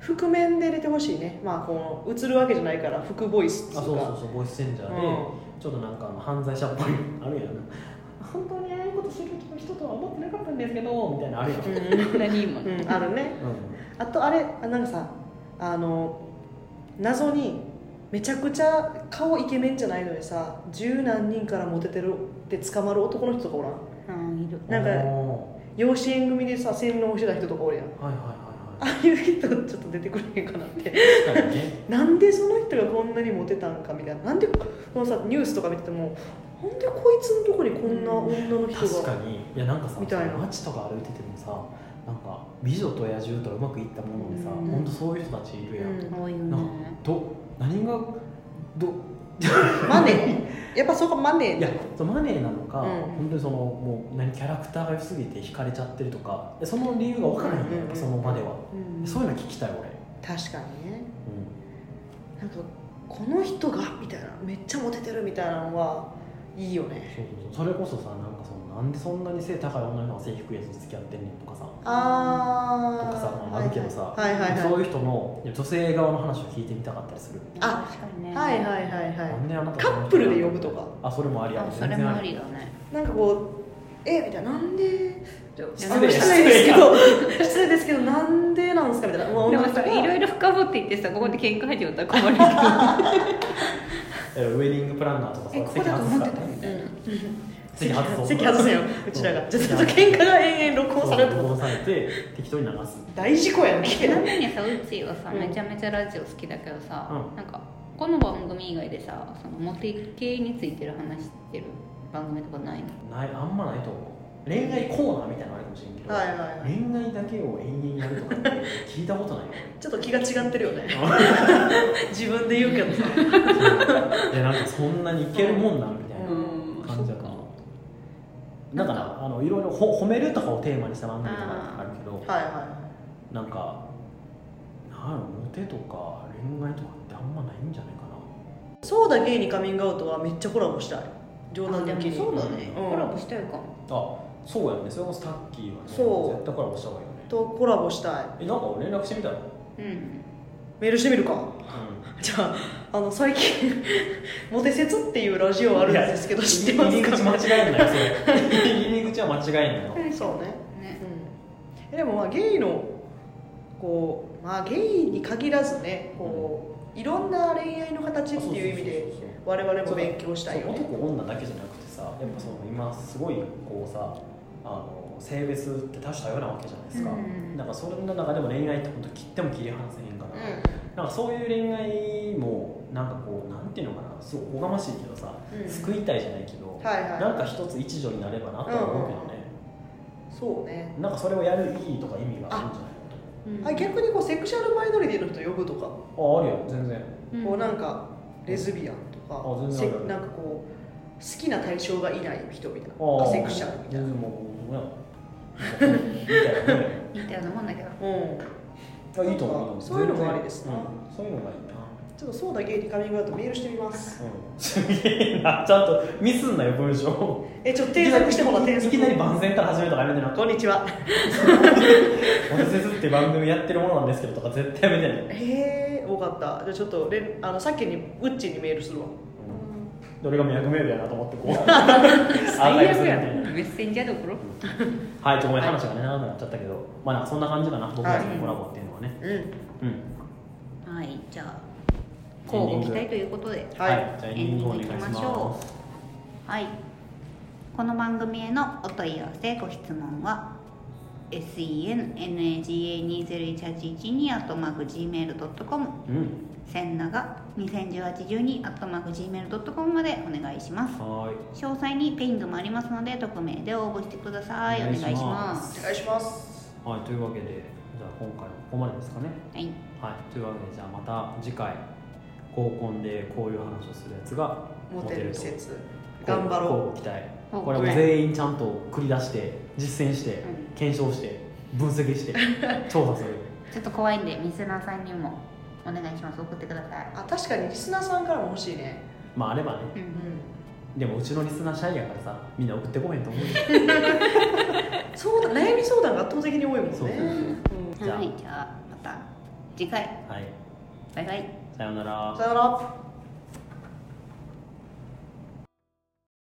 覆面で出てほしいねまあこの映るわけじゃないから副ボイスってい思う、うあそうかそうそうボイスチェンジャーで、うちょっとなんかあの犯罪者っぽいあるやん本当にああいうことする人とは思ってなかったんですけどみたいなのあるやん、うんんうん何今のうんあるねあとあれあなんかさあの謎にめちゃくちゃ顔イケメンじゃないのにさ十何人からモテてるって捕まる男の人とかおらんうんいるなんかあー養子縁組でさ洗脳してた人とかおるやんはいはいはああいう人ちょっと出てくれへんかなっていはい確かにねなんでその人がこんなにモテたんかみたいななんでこのさニュースとか見ててもなんでこいつのとこにこんな女の人確がかにいやなんかさみたいな街とか歩いててもさなんか美女と野獣とうまくいったものでさ、うほんん、本当そういう人たちいるやん、うん多いよなねど何がどマネーやっぱそこマネーいやそのマネーなのか、うん本当にそのもう何キャラクターが良すぎて惹かれちゃってるとかでその理由が分からないんだよ、うんうんその場では、うんそういうの聞きたい俺、確かにねなんかこの人がみたいなめっちゃモテてるみたいなのはいいよねそうそうそうそれこそさなんかそのなんでそんなに背高い女の人が背低いやつと付き合ってんねんとかさあとーかさまああるけどさ、はいはいはいそういう人の女性側の話を聞いてみたかったりする、あ確かにねはいはいはいはないんであなたカップルで呼ぶとかあそれもありやあそれもありやだねなんかこうえみたいななんで失失礼礼ですけど 失礼ですけどなんでなんですかみたいなもでもさいろいろ深掘っていってさここで喧嘩始まったら困るけどウェディングプランナーとかさえここだと思ってたみたいな席外そう席外せようちら がじゃあずっと喧嘩が延々録音されるって録こ音されて適当に流すと大事故やんけちなみにさうちはさうんめちゃめちゃラジオ好きだけどさ、うなんかこの番組以外でさそのモテ系についてる話してる番組とかないのないあんまないと思う恋愛コーナーみたいなのあるかもしれんけど、はいはいはい恋愛だけを延々やるとか って聞いたことないよ ちょっと気が違ってるよね自分で言うけどさいやなんかそんなにいけるもんなんみたいなうん感じだそうと思うだからあのいろいろほ褒めるとかをテーマにした番組とかあるけどはいはなんかなんやろモテとか恋愛とかってあんまないんじゃないかいそうだゲイにカミングアウトはめっちゃコラボしたい冗談あで抜もきにそうだね、うんコラボしたいかもなあそうやんねそれこそタッキーはねそう絶対コラボした方がいいよねとコラボしたいえなんか連絡してみたら、うん、うんメールしてみるかじゃああの最近 モテ説っていうラジオあるんですけど知ってますか入り口間違えんなよそれ入り口は間違えんなよそうねねうんえでもまあゲイのこうまあゲイに限らずねこういろんな恋愛の形っていう意味で我々も勉強したいよそうね男女だけじゃなくてさやっぱその今すごいこうさあの性別って多種多様なわけじゃないですか、うんなんかそれの中でも恋愛って本当切っても切り離せへんから、なんかそういう恋愛もなんかこうなんていうのかなすごいおがましいけどさ、うん、うん、救いたいじゃないけど、はいはいなんか一つ一助になればなとは思うけどね、そうねなんかそれをやる意義とか意味があるんじゃないかあ逆にこうセクシャルマイノリティの人呼ぶとか、と思うああるよ全然うんこうなんかレズビアンとかあ全然せあるあるなんかこう好きな対象がいない人みたいあなあアセクシャルみたい全な然もうもうねみたいなねみたいなもんだけどうんあいいと思うそういうのもありですねな、そういうのがいいなちょっとそうだゲイにカミングアウトメールしてみますうんすげえなちゃんとミスんなよ文章えちょっと添削してもらっていきなり番宣から始めるとかやめてな こんにち「は私です」って番組やってるものなんですけどとか絶対やめてねへえ多かったじゃあちょっとれんあのさっきにウッチにメールするわどれが脈メールやなと思ってこう最悪やんアーカイブするみたいなメッセンジャーどころはいちょっとごめん話がね長くなっちゃったけどまあなんかそんな感じかな僕たちはのいコラボっていうのはねうんうんはいじゃあ交互期待ということではいじゃあエンディングお願いしエンディングいきましょまうすはい。この番組へのお問い合わせ、ご質問は、sennaga201812 アットマーク gmail.com、うん千長201812アットマーク gmail.com までお願いします。はーい詳細にペイングもありますので、匿名で応募してください。おお願願いいししますます。お願いしますはいというわけでじゃあ今回はここまでですかねはい。はい、というわけでじゃあまた次回合コンでこういう話をするやつがモテる説と頑張ろ。こう期待乞うご期待これも全員ちゃんと繰り出して実践してうん検証して分析して調査するちょっと怖いんで、ミスナーさんにもお願いします。送ってくださいうあ確かにリスナーさんからも欲しいねまああればねう。うんんでもうちのリスナーシャイやからさみんな送ってこへんと思うよ相談悩み相談が圧倒的に多いもんねそうそうじゃあはい、じゃあ、また次回。はいバイバイ。さようならうんさよなら